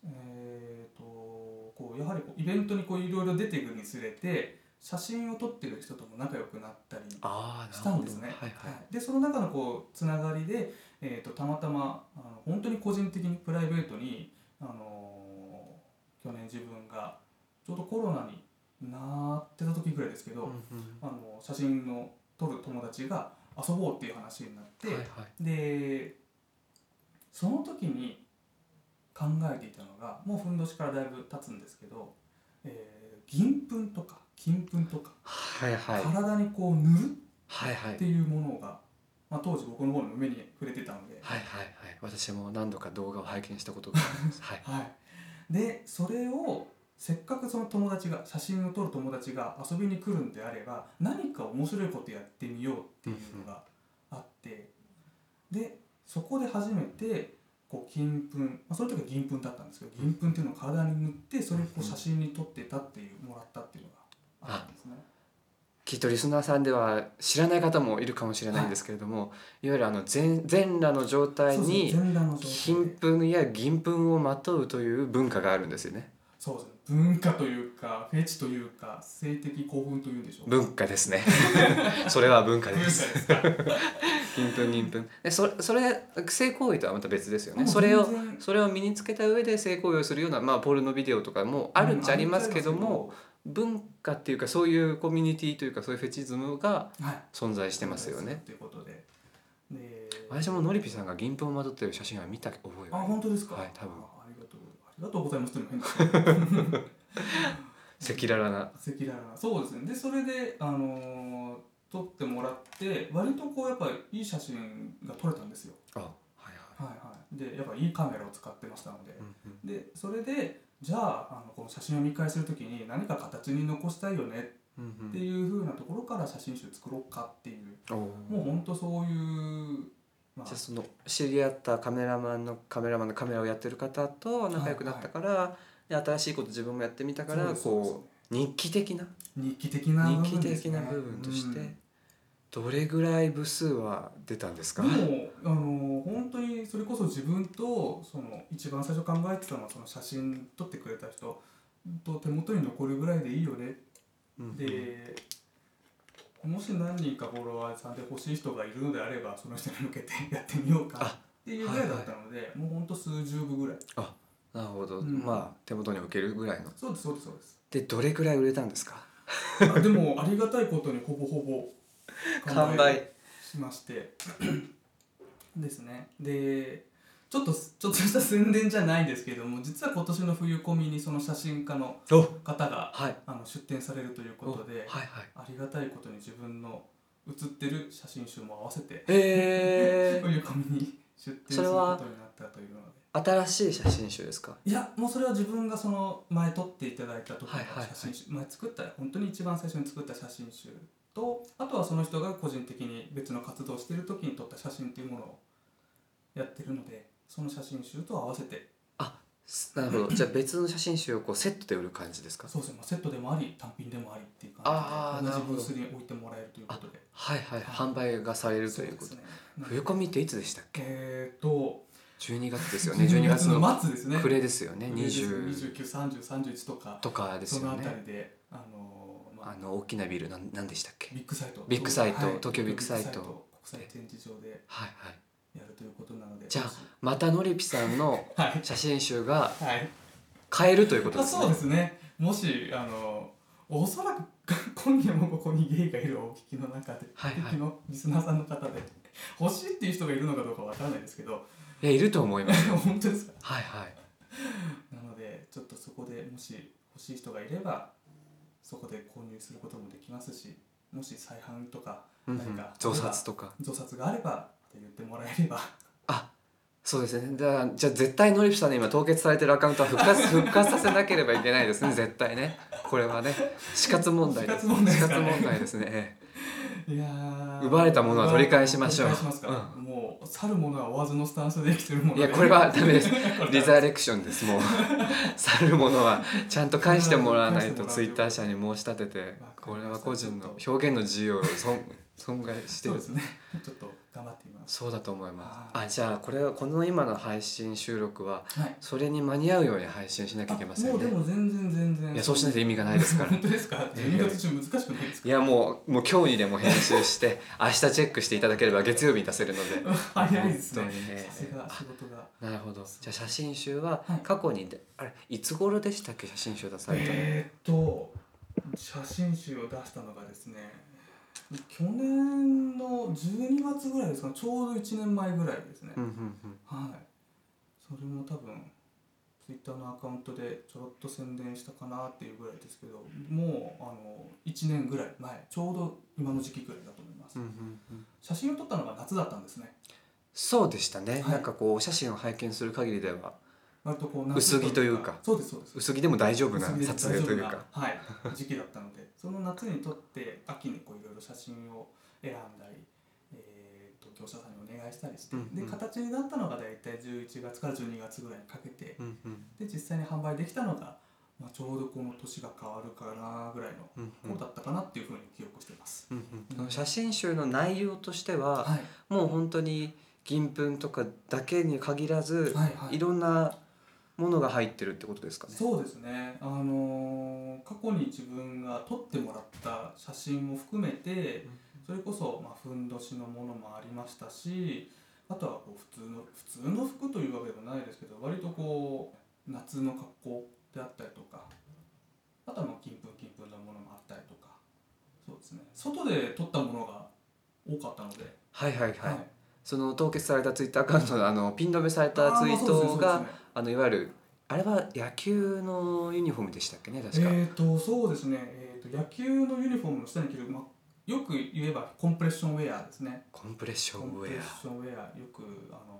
S2: えーっとこうやはりこうイベントにこういろいろ出ていくにつれて写真を撮ってる人とも仲良くなったり
S1: あ
S2: したんですね。
S1: はいはい、
S2: はいでその中のこうつながりで、えー、とたまたまあの本当に個人的にプライベートに、あのー去年自分がちょうどコロナになってた時ぐらいですけど、あの写真の撮る友達が遊ぼうっていう話になって、
S1: はいはい
S2: でその時に考えていたのがもうふんどしからだいぶ経つんですけど、えー銀粉とか金粉とか、
S1: はいはい
S2: 体にこう塗る
S1: はいはい
S2: っていうものが、まあ、当時僕の方にも目に触れてたので、
S1: はいはいはい私も何度か動画を拝見したことがあり
S2: [LAUGHS]
S1: ます。はい
S2: はい、でそれをせっかくその友達が写真を撮る友達が遊びに来るんであれば何か面白いことやってみようっていうのがあってでそこで初めてこう金粉、まあ、その時は銀粉だったんですけど銀粉っていうのを体に塗ってそれをこう写真に撮ってたっていうもらったっていうのがあったんですね。
S1: きっとリスナーさんでは知らない方もいるかもしれないんですけれども、い、わゆるあの全全裸の状態
S2: そうですね
S1: に
S2: 全裸の状態で
S1: 金粉や銀粉をまとうという文化があるんですよね。
S2: そうですね文化というかフェチというか性的興奮というんでしょうか
S1: 文化ですね。 [LAUGHS] それは文化
S2: 文化
S1: で。
S2: ですすか
S1: 金粉銀粉。えそそれ性行為とはまた別ですよ
S2: も
S1: ね。
S2: う
S1: それを
S2: 全然
S1: それを身につけた上で性行為をするようなまあポルノビデオとかもあるんじゃありますけども、文化っていうかそういうコミュニティというかそういうフェチズムが
S2: はい、
S1: 存在してますよね。
S2: ということでで
S1: 私ものりぴさんが銀粉をまとってる写真は見た覚え
S2: あ
S1: がある
S2: 本当ですか
S1: はい多分
S2: あありがとうありがとうございますというのも変ですね
S1: 赤裸々な。
S2: 赤裸々なそうですねでそれであのー撮ってもらって割とこうやっぱいい写真が撮れたんですよ
S1: あはいは
S2: はいはいでやっぱいいカメラを使ってましたので
S1: い。うんうん
S2: でそれでじゃああのこの写真を見返するときに何か形に残したいよね
S1: うん
S2: っ
S1: う
S2: て
S1: ん
S2: いうふうなところから写真集作ろうかっていう
S1: お
S2: も
S1: ー
S2: うほんとそういう、ま
S1: じゃあその知り合ったカメラマンのカメラマンのカメラをやってる方と仲良くなったから、で新しいこと自分もやってみたから
S2: そうですそうです
S1: こう日記的な
S2: 日記的な
S1: 日
S2: 部
S1: 記
S2: 分です
S1: 的
S2: ね
S1: な部分として、
S2: うん
S1: どれぐらい部数は出たんですか、
S2: でもあの本当にそれこそ自分とその一番最初考えてたのはその写真撮ってくれた人と手元に残るぐらいでいいよね
S1: うんうん
S2: でもし何人かフォロワーさんで欲しい人がいるのであればその人に向けて [LAUGHS] やってみようか
S1: あ
S2: っていうぐらいだったので、もうほんと数十部ぐらい
S1: なるほど、
S2: うん
S1: まあ手元に置けるぐらいの
S2: そうですそうですそうです
S1: でどれぐらい売れたんですか
S2: あでもありがたいことにほぼほぼ
S1: 完売
S2: しましてですねでちょっとすちょっとした宣伝じゃないんですけども実は今年の冬コミにその写真家の
S1: お
S2: 方が
S1: はい
S2: あの出展されるということで
S1: おはいはい
S2: ありがたいことに自分の写ってる写真集も合わせて
S1: え
S2: 冬コミに出展することになったというので
S1: ー、新しい写真集ですか
S2: いやもうそれは自分がその前撮っていただいた時の
S1: はいはいはい
S2: 写真集、前作った本当に一番最初に作った写真集とあとはその人が個人的に別の活動をしている時に撮った写真っていうものをやってるのでその写真集と合わせて
S1: すなるほどじゃあ別の写真集をこうセットで売る感じですか
S2: そうですねまあセットでもあり単品でもありっていう
S1: あ
S2: 感
S1: ー
S2: じ
S1: な
S2: で
S1: るほ
S2: 同じブ
S1: ど
S2: ースに置いてもらえるということで
S1: はいはい、
S2: はい
S1: 販売がされるということ
S2: そうですねなん
S1: 冬
S2: で
S1: コミっていつでしたっけ
S2: えーっと
S1: 12月ですよ
S2: [LAUGHS]
S1: ね12月の
S2: 末ですね
S1: 暮れですよね
S2: 暮れです
S1: 20
S2: 293031とか
S1: とかです
S2: その
S1: よ
S2: あた
S1: ね
S2: りであのーまあ
S1: あの大きなビルなんなんでしたっけ
S2: ビッグサイト
S1: ビッグサイト
S2: はい
S1: 東京ビッグサイト
S2: 国際展示場で
S1: はいはい
S2: やるということなので
S1: じゃあまたのりぴさんの
S2: はい
S1: 写真集が
S2: はい
S1: 買えるということ
S2: あ
S1: です
S2: そうで
S1: ね
S2: すねもしあのおそらく今夜もここにゲイがいるお聞きの中で、
S1: はいはい
S2: お聞きのリスナーさんの方で欲しいっていう人がいるのかどうかわからないですけど [LAUGHS]
S1: いやいると思います
S2: 本当ですか
S1: はいはい
S2: なのでちょっとそこでもし欲しい人がいればそこで購入することもできますしもし再販とか
S1: うんう
S2: なん
S1: ん
S2: か
S1: 増刷とか
S2: 増刷があればまた言ってもらえれば
S1: あそうですねじゃあじゃあ絶対のりぴさんの今凍結されてるアカウントは復
S2: [LAUGHS]
S1: 活復活させなければいけないですね絶対ねこれはね死活問題
S2: 死活問題です
S1: 死
S2: かね
S1: 活問題ですねええ
S2: いやー
S1: 奪われたものは取り返しましょう
S2: 取り返しますか、もう去るものは追わずのスタンスで生きてるもの
S1: い
S2: で
S1: やこれはダメです
S2: [LAUGHS]
S1: リ
S2: イ
S1: ザレクションですもう去るものはちゃんと返してもらわないとツイッター社に申し立ててこれは個人の表現の自由を損損害して
S2: そう
S1: る
S2: ですねちょっと頑張ってみます
S1: そうだと思います
S2: は
S1: あじゃあこれはこの今の配信収録は
S2: はい
S1: それに間に合うように配信しなきゃいけませ
S2: あも
S1: ん
S2: うで
S1: ね
S2: も全然全然
S1: いやそうしないと意味がないです
S2: [LAUGHS]
S1: から
S2: 本当ですか
S1: ええ
S2: 12月中難しくないですか
S1: いやもうもう今日にでも編集して明日チェックしていただければ月曜日に出せるので
S2: 早いです
S1: 本
S2: ね
S1: 当にね
S2: さすが仕事が
S1: なるほどじゃあ写真集は
S2: はい
S1: 過去にで、あれいつ頃でしたっけ写真集出されたの、
S2: えーっと写真集を出したのがですね去年の12月ぐらいですかねちょうど1年前ぐらいですね、
S1: うんうんうん
S2: はいそれも多分ツイッターのアカウントでちょろっと宣伝したかなっていうぐらいですけどもうあの1年ぐらい前ちょうど今の時期ぐらいだと思います、
S1: うんうんうん
S2: 写真を撮ったのが夏だったんですね
S1: そうでしたね、
S2: はい
S1: なんかこうお写真を拝見する限りでは
S2: 割とこう
S1: 薄着というか
S2: そうですそうです
S1: 薄着でも大丈夫な
S2: 薄着で
S1: 撮影という
S2: 大丈
S1: か
S2: 夫なはい、時期だったのでその夏に撮って秋にこういろいろ写真を選んだり、えー、と業者さんにお願いしたりして、
S1: うんうん
S2: で形になったのが大体11月から12月ぐらいにかけて
S1: うんうん
S2: で実際に販売できたのが、まあ、ちょうどこの年が変わるかなぐらいの
S1: うんうん
S2: 頃だったかなっていうふうに記憶してます。
S1: うんうんその写真集の内容としては、
S2: はい、
S1: もう本当に銀粉とかだけに限らず、
S2: はいはい
S1: い、ろんなものが入ってるってことですかね。
S2: そうですね、あのー過去に自分が撮ってもらった写真も含めてそれこそ、まあ、ふんどしのものもありましたしあとはこう普通の普通の服というわけでもないですけど割とこう夏の格好であったりとかあとはまあ金粉金粉なものもあったりとかそうですね外で撮ったものが多かったので、
S1: はいはいはい。その凍結されたツイッターアカウントのあのピン止めされたツイートがあ、のいわゆるあれは野球のユニフォームでしたっけね確か。
S2: えっ、とそうですね、えー、と野球のユニフォームの下に着る、まあ、よく言えばコンプレッションウェアですね
S1: コンプレッショ
S2: コ
S1: ン
S2: ン
S1: ウ
S2: プレ
S1: ェ
S2: ッ
S1: ア
S2: ションウェアよくあの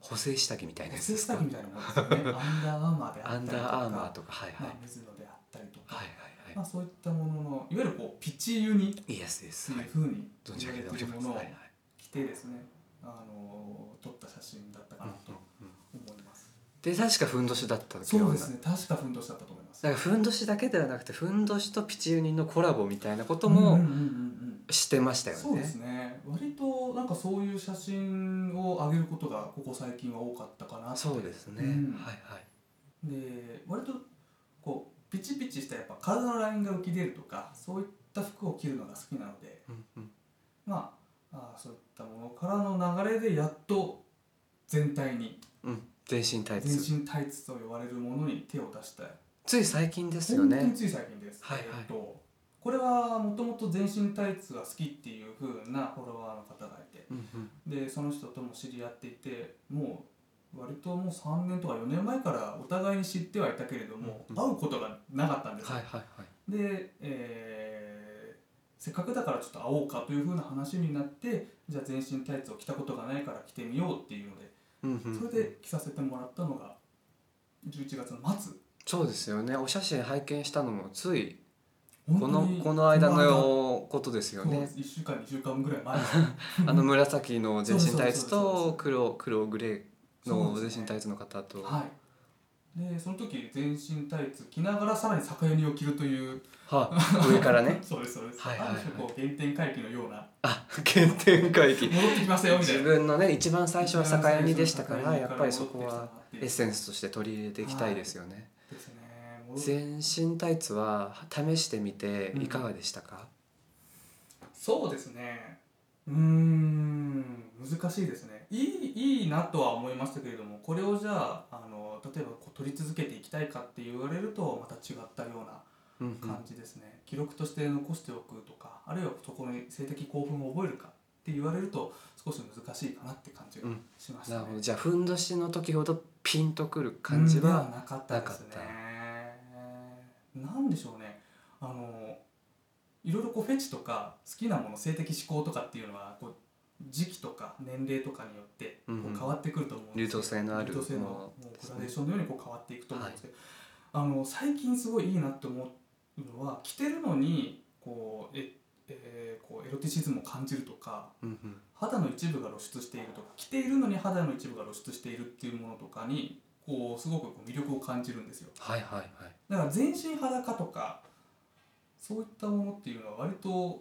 S1: 補正下着みたい
S2: ー
S1: なやつ
S2: ス
S1: で
S2: ー
S1: す
S2: ス
S1: か
S2: タみたいなものですよねアンダーアーマーであ
S1: ア
S2: っ
S1: ン
S2: た
S1: ダ
S2: り
S1: ー
S2: とか
S1: アーマーとかはいはい、
S2: まあ、水野であったりとか、
S1: はいはいは
S2: まあ、そういったもののいわゆるこうピッチユニっ
S1: いイエスで
S2: て
S1: す、
S2: い
S1: は
S2: う
S1: い、
S2: ふうに
S1: 存じ
S2: 言
S1: 上
S2: わ
S1: げて
S2: れて
S1: おり
S2: る
S1: ま
S2: も
S1: す
S2: のを
S1: はいはい
S2: 着てですね、あのー撮った写真だったかなと
S1: うんうん
S2: 思います、
S1: で確かふんどしだったよ
S2: そう
S1: な
S2: ですね確かふんどしだったと思います
S1: なんかふんどしだけではなくてふんどしとピチユニのコラボみたいなこと
S2: うんう
S1: も
S2: んうんうん
S1: してましたよね。
S2: そうですね割となんかそういう写真を上げることがここ最近は多かったかなって
S1: そうですね。
S2: うん
S1: はいはい。
S2: で割とこうピチピチしたやっぱ体のラインが浮き出るとかそういった服を着るのが好きなので
S1: うんうん
S2: まああーそういったものからの流れでやっと全体に
S1: うん。全身タイツ。
S2: 全身タイツと呼ばれるものに手を出したい
S1: つい最近ですよ
S2: 本当に
S1: ね。
S2: つい最近です、
S1: はいはい
S2: えっとこれはもともと全身タイツが好きっていう風なフォロワーの方がいて
S1: うんうん。
S2: でその人とも知り合っていてもう割ともう3年とか4年前からお互いに知ってはいたけれども、
S1: うん
S2: 会うことがなかったんですよ、
S1: はいはいはい。
S2: で、えーせっかくだからちょっと会おうかというふうな話になってじゃあ全身タイツを着たことがないから着てみようっていうので
S1: うんうんうん
S2: それで着させてもらったのが11月の末
S1: そうですよね。お写真拝見したのもついこ
S2: 本当
S1: の
S2: に
S1: この間
S2: こ
S1: のことですよ
S2: 間そうで
S1: ね
S2: す。1週間2週間ぐらい前
S1: あ [LAUGHS] の紫の全身タイツ
S2: そうそうそうそうそう
S1: と黒黒グレーの
S2: そうです
S1: 全
S2: ね
S1: 身タイツの方と。は
S2: はいでその時全身タイツ着ながらさらに酒湯にを着るという。
S1: い。上からね
S2: そうですそうです。
S1: はいはいはい
S2: ある種こう原点回帰のような
S1: あ、原点回帰。
S2: 戻ってきましたよみたい
S1: 自
S2: な。
S1: 分のね一番最初は酒屋にでしたからやっぱりそこは
S2: 戻っ
S1: エ
S2: て
S1: ッ
S2: き
S1: センスとして取り入れていきたいですよね、
S2: たなっていうですね。戻っ
S1: 全身タイツは試してみていかがでしたか、
S2: そうですね。うーん難しいですね。いいいいなとは思いましたけれども、これをじゃああの例えばこう取り続けていきたいかって言われるとまた違ったような
S1: うんうん
S2: 感じですね、記録として残しておくとかあるいはそこに性的興奮を覚えるかって言われると少し難しいかなって感じがしました
S1: な
S2: ね。
S1: るほどじゃあふんどしの時ほどピンとくる感じ
S2: では
S1: は、
S2: なかったですね。なんでしょうねあのいろいろこうフェチとか好きなもの性的嗜好とかっていうのはこう時期とか年齢とかによって
S1: う
S2: こ
S1: んうん
S2: う変わってくると思うんですけど
S1: 流動性のある
S2: 流動性の
S1: もの
S2: もう
S1: です
S2: グ
S1: ね
S2: ラデーションのようにこう変わっていくと思うんですけど、あの最近すごいいいなって思うのは着てるのにこうええーこうエロティシズムを感じるとか
S1: うんうん
S2: 肌の一部が露出しているとか着ているのに肌の一部が露出しているっていうものとかにこうすごくこう魅力を感じるんですよ
S1: はいはいはい
S2: だから全身裸とかそういったものっていうのは割と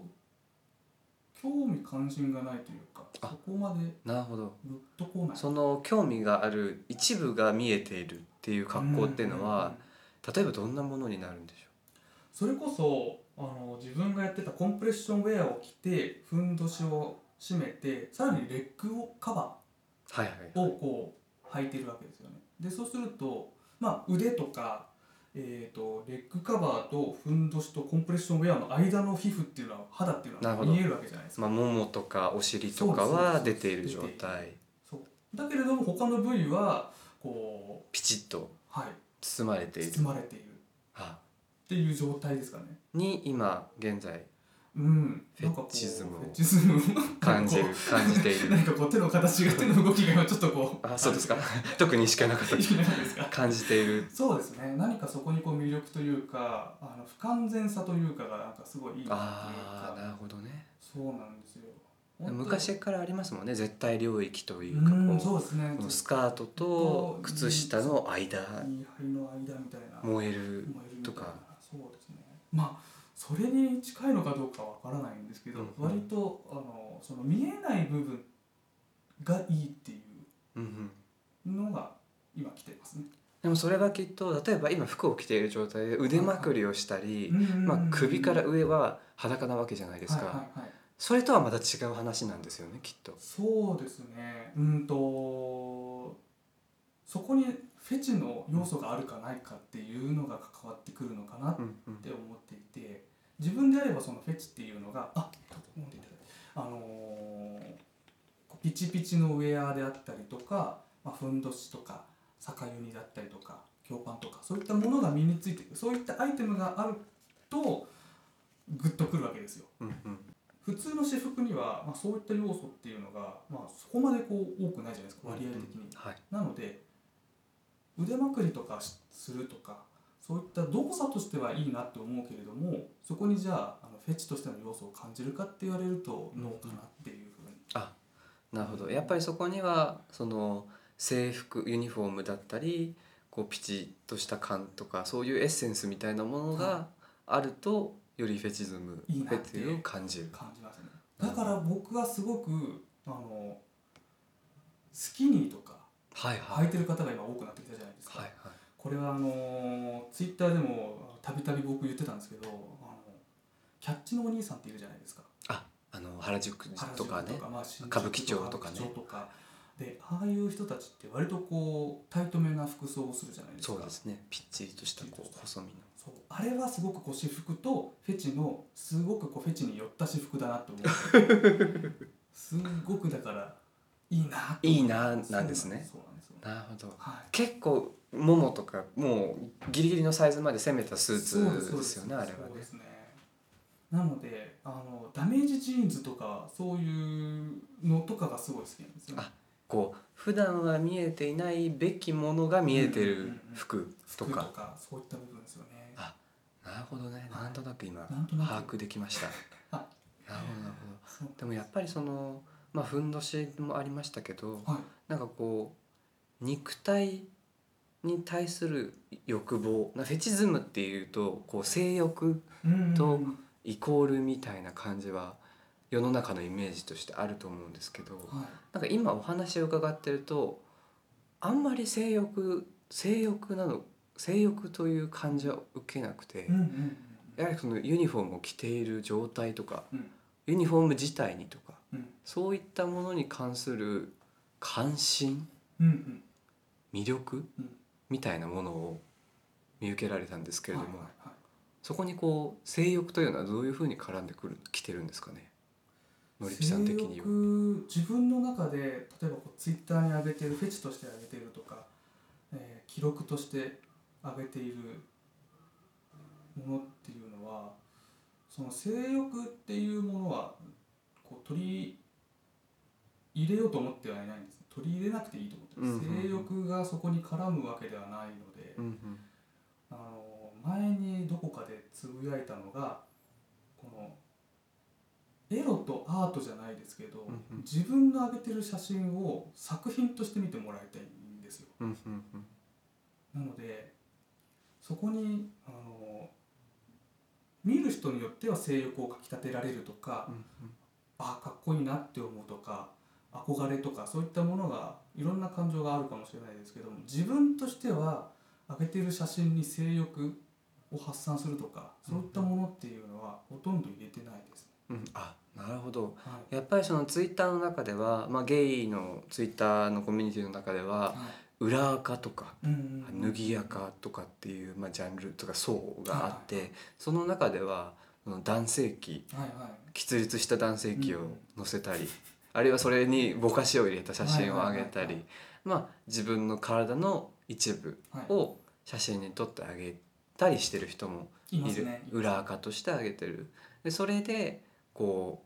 S2: 興味関心がないというかそ
S1: あ
S2: こまで
S1: なるほど
S2: グッとこない
S1: その興味がある一部が見えているっていう格好っていうの
S2: ん
S1: は
S2: んうん
S1: 例えばどんなものになるんでしょ
S2: それこそあの自分がやってたコンプレッションウェアを着てふんどしを締めてさらにレッグをカバ
S1: うはいはい
S2: ーをこう履いてるわけですよねでそうすると、まあ、腕とか、えー、とレッグカバーとふんどしとコンプレッションウェアの間の皮膚っていうのは肌っていうの
S1: なる
S2: は
S1: ほど
S2: 見えるわけじゃないですか
S1: まあ、ももとかお尻とかは出ている状
S2: そうですそう
S1: 態
S2: そうだけれども他の部位はこ
S1: ピチッと
S2: うはい
S1: 包まれている
S2: 包まれているっ
S1: あ
S2: ていう状態ですかね
S1: に今現在
S2: うんなんかこう
S1: フェチズムを
S2: フェチズムを
S1: 感 [LAUGHS] じる
S2: なんかこ
S1: 感じていう
S2: [LAUGHS] なん
S1: る
S2: かこう手の形が手の動きが今ちょっとこう
S1: あそうです [LAUGHS]
S2: [LAUGHS]
S1: か特に意識はなかった
S2: いいじゃないですか
S1: 感じている
S2: そうですね何かそこにこう魅力というかあの不完全さというかがなんかすごいいいなっていう
S1: ああな
S2: か
S1: るほどね
S2: そうなんですよ
S1: 昔からありますもんね絶対領域というか
S2: うん
S1: こ
S2: そうですね
S1: うこのスカートと靴下の間
S2: 位牌の間みたいな
S1: 燃える
S2: 燃えるみたいな
S1: とか
S2: そうですねまあそれに近いのかどうかわからないんですけど、
S1: うんうん
S2: 割とあのその見えない部分がいいってい
S1: うんうん
S2: うのが今来てますね、
S1: でもそれがきっと例えば今服を着ている状態で腕まくりをしたり、まあ、首から上は裸なわけじゃないですか、
S2: はいはいはい、
S1: それとはまた違う話なんですよねきっと。
S2: そうですねうんとそこにフェチの要素があるかないかっていうのが関わってくるのかなっ
S1: うんうん
S2: って思っていて自分であればそのフェチっていうのがあ飲んでいただいてあのーこうピチピチのウェアであったりとか、まあ、ふんどしとか酒湯にだったりとか京パンとかそういったものが身についてくるそういったアイテムがあるとグッとくるわけですよ。
S1: うんうん
S2: 普通の私服には、まあ、そういった要素っていうのが、まあ、そこまでこう多くないじゃないですか割合的に。
S1: はい、
S2: なので腕まくりとかしするとかそういった動作としてはいいなって思うけれどもそこにじゃああのフェチとしての要素を感じるかって言われると
S1: うん
S2: ノーかなっていうふうに、
S1: なるほどやっぱりそこにはその制服ユニフォームだったりこうピチッとした感とかそういうエッセンスみたいなものがあるとよりフェチズム
S2: いいな
S1: フ
S2: っ
S1: ェ
S2: て
S1: チを感じる。
S2: 感じますねだから僕はすごくあのスキニーとか
S1: はいはい、
S2: 履いてる方が今多くなってきたじゃないですか、
S1: はいはい、
S2: これはあのツイッターでもたびたび僕言ってたんですけどあのキャッチのお兄さんっているじゃないですか
S1: あの原宿とかね
S2: まあ新宿
S1: 歌舞伎町とかね
S2: 歌舞伎町とかでああいう人たちって割とこうタイトめな服装をするじゃないですか
S1: そうですねピッチリとしたこう細身の。
S2: そうあれはすごくこう私服とフェチのすごくこうフェチに寄った私服だなと思って
S1: [LAUGHS]
S2: すごくだからいいなと思って
S1: いいななんですね
S2: そうなんですよ
S1: なるほど
S2: はい
S1: 結構ももとかもうギリギリのサイズまで攻めたス
S2: そう
S1: ーツですよねあれは
S2: そう
S1: ね
S2: で。すねなのであのダメージジーンズとかそういうのとかがすごい好きなんですよね
S1: あこう普段は見えていないべきものが見えて
S2: うんうんう
S1: る
S2: ん
S1: 服と
S2: 服
S1: か。
S2: とかそういった部分ですよね
S1: あなるほどね
S2: はい
S1: なんとなく今
S2: なんとなく
S1: 把握できました。
S2: は
S1: なるほどなるほ
S2: そう
S1: ど。でもやっぱりそのまあふんどしもありましたけど
S2: はい
S1: なんかこう肉体に対する欲望なフェチズムっていうとこう性欲と
S2: うん
S1: イコールみたいな感じは世の中のイメージとしてあると思うんですけど
S2: はい、
S1: なんか今お話を伺ってるとあんまり性欲性欲など性欲という感じは受けなくて、
S2: うんうんうん
S1: やはりそのユニフォームを着ている状態とか、
S2: うん
S1: ユニフォーム自体にとか
S2: うん
S1: そういったものに関する関心
S2: うんうん
S1: 魅力、
S2: うん
S1: みたいなものを見受けられたんですけれども、
S2: はいはいはい
S1: そこにこう性欲というのはどういうふうに絡んでくるきてるんですかねのりぴさん的
S2: 性
S1: には。
S2: 欲自分の中で例えばこうツイッターに上げてるフェチとして上げてるとか、えー記録として上げているものっていうのはその性欲っていうものはこう取り入れようと思ってはいないんです取り入れなくていいと思ってます、
S1: うんうんうん
S2: 性欲がそこに絡むわけではないので、
S1: うんうん
S2: あの前にどこかでつぶやいたのがこのエロとアートじゃないですけど、
S1: うんうん
S2: 自分が上げてる写真を作品として見てもらいたいんですよ
S1: うんうんうん
S2: なのでそこにあの見る人によっては性欲をかきたてられるとか、
S1: うん
S2: あかっこいいなって思うとか憧れとかそういったものがいろんな感情があるかもしれないですけども自分としては上げてる写真に性欲を発散するとかそういったものっていうのはほとんど入れてないですね。
S1: うんうんあなるほど
S2: はい
S1: やっぱりそのツイッターの中では、まあ、ゲイのツイッターのコミュニティの中では
S2: は
S1: 裏垢とか
S2: いうんうん
S1: 脱ぎ垢とかっていう、まあ、ジャンルとか層があってその中ではその男性器
S2: はいはい
S1: 喫立した男性器を
S2: うん
S1: 載せたり、あるいはそれにぼかしを入れた写真をあげた
S2: はいはいはいは
S1: りまあ自分の体の一部
S2: はい
S1: を写真に撮ってあげたりしてる人も
S2: いま
S1: い
S2: す
S1: る、
S2: ね。
S1: 裏垢としてあげてるでそれでこう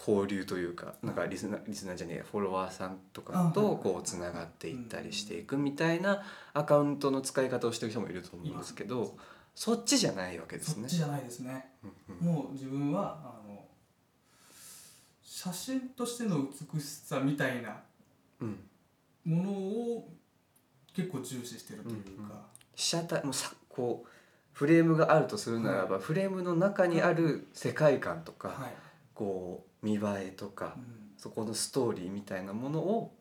S1: 交流というかなんかリスナーリスナーじゃねえやフォロワーさんとか
S2: あはい
S1: と
S2: はい
S1: こうつながっていったりしていくみたいなアカウントの使い方をしてる人もいると思うんですけどそっちじゃないわけです
S2: そっ
S1: ね
S2: ち。じゃないですね。
S1: うんうん
S2: もう自分はあの写真としての美しさみたいな
S1: うん
S2: ものを結構重視してるという
S1: うんうん
S2: か、
S1: 被写体もうさこうフレームがあるとするならば、フレームの中にある世界観とか、
S2: はい、
S1: こう見栄えとか、
S2: うん
S1: そこのストーリーみたいなものを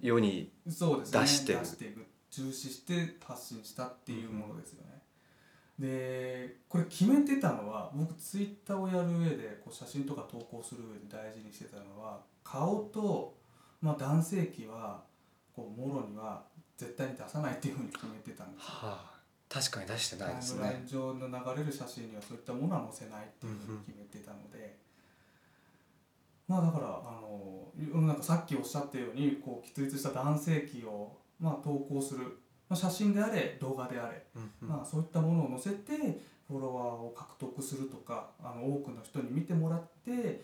S1: 世に
S2: そうですね
S1: 出してる
S2: 出していく重視して発信したっていうものですよね、でこれ決めてたのは僕ツイッターをやる上でこう写真とか投稿する上で大事にしてたのは顔と、まあ、男性器はこうもろには絶対に出さないっていうふうに決めてたんですよ
S1: はあ、確かに出してないです
S2: タイムライ
S1: ね
S2: ン。上の流れる写真にはそういったものは載せないっていうふうに決めてたので、まあだからあの世の中さっきおっしゃったようにこう喫立した男性器を、まあ、投稿する、まあ、写真であれ動画であれ、
S1: うんうん
S2: まあ、そういったものを載せてフォロワーを獲得するとかあの多くの人に見てもらって、え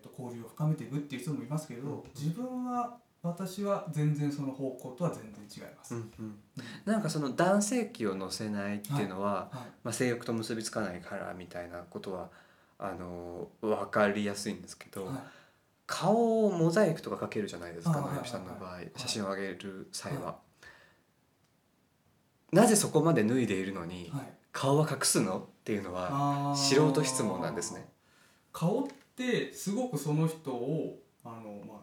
S2: ー、と交流を深めていくっていう人もいますけど、
S1: うんうん
S2: 自分は私は全然その方向とは全然違います。
S1: うんうんなんかその男性器を載せないっていうのは、
S2: はい
S1: まあ、性欲と結びつかないからみたいなことはあの分かりやすいんですけど、
S2: はい
S1: 顔をモザイクとかかけるじゃないですか
S2: あはい
S1: 直美さんの場合
S2: はいはい
S1: 写真を上げる際は、
S2: は
S1: なぜそこまで脱いでいるのに
S2: はい
S1: 顔は隠すのっていうのは
S2: あー
S1: 素人質問なんですね
S2: 顔ってすごくその人をあの、まあ、